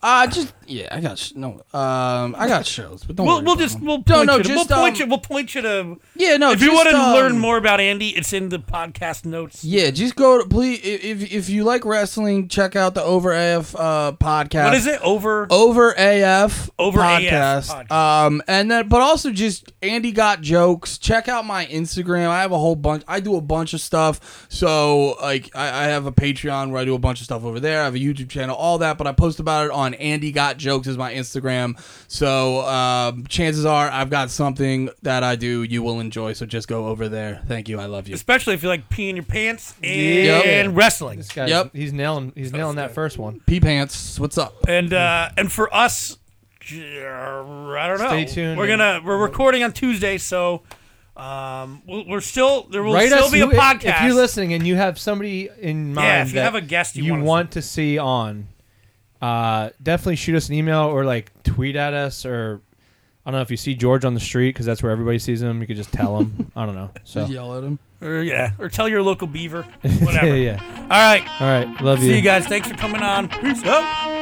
S4: Uh just yeah, I got sh- no. Um, I got shows, but don't.
S2: We'll,
S4: worry
S2: we'll
S4: about
S2: just
S4: them.
S2: we'll point
S4: no, no,
S2: you to,
S4: just
S2: we'll point
S4: um,
S2: you we'll point you to
S4: Yeah, no.
S2: if you
S4: just,
S2: want to learn
S4: um,
S2: more about Andy, it's in the podcast notes.
S4: Yeah, just go to please i- if if you like wrestling, check out the Over AF uh, podcast.
S2: What is it? Over
S3: Oh.
S4: Over AF
S2: Over AF
S4: podcast.
S2: podcast.
S4: Um, and then but also just Andy got jokes. Check out my Instagram. I have a whole bunch. I do a bunch of stuff. So like I, I have a Patreon where I do a bunch of stuff over there. I have a YouTube channel, all that. But I post about it on Andy got jokes is my Instagram. So um, chances are I've got something that I do you will enjoy. So just go over there. Thank you. I love you.
S2: especially if you like peeing your pants and
S4: Yeah.
S2: wrestling.
S3: This guy,
S4: Yep.
S3: he's nailing he's nailing that first one.
S4: Pee pants. What's up?
S2: And uh, and for us, j- uh, I don't know.
S3: Stay tuned
S2: We're
S3: and-
S2: gonna we're recording on Tuesday, so um, we'll, we're still there will
S3: Write
S2: still
S3: us
S2: be a
S3: who- if-
S2: podcast.
S3: If you're listening and you have somebody in mind,
S2: yeah, if you
S3: that
S2: have a guest you,
S3: you
S2: wanna-
S3: want to see on, uh, definitely shoot us an email or like tweet at us or I don't know if you see George on the street because that's where everybody sees him. You could just tell him. I don't know. So yeah,
S4: Yell at him.
S2: or, yeah, or tell your local beaver, whatever.
S3: yeah.
S2: All right,
S3: All right. Love
S2: see you guys. Thanks for coming on. Peace out.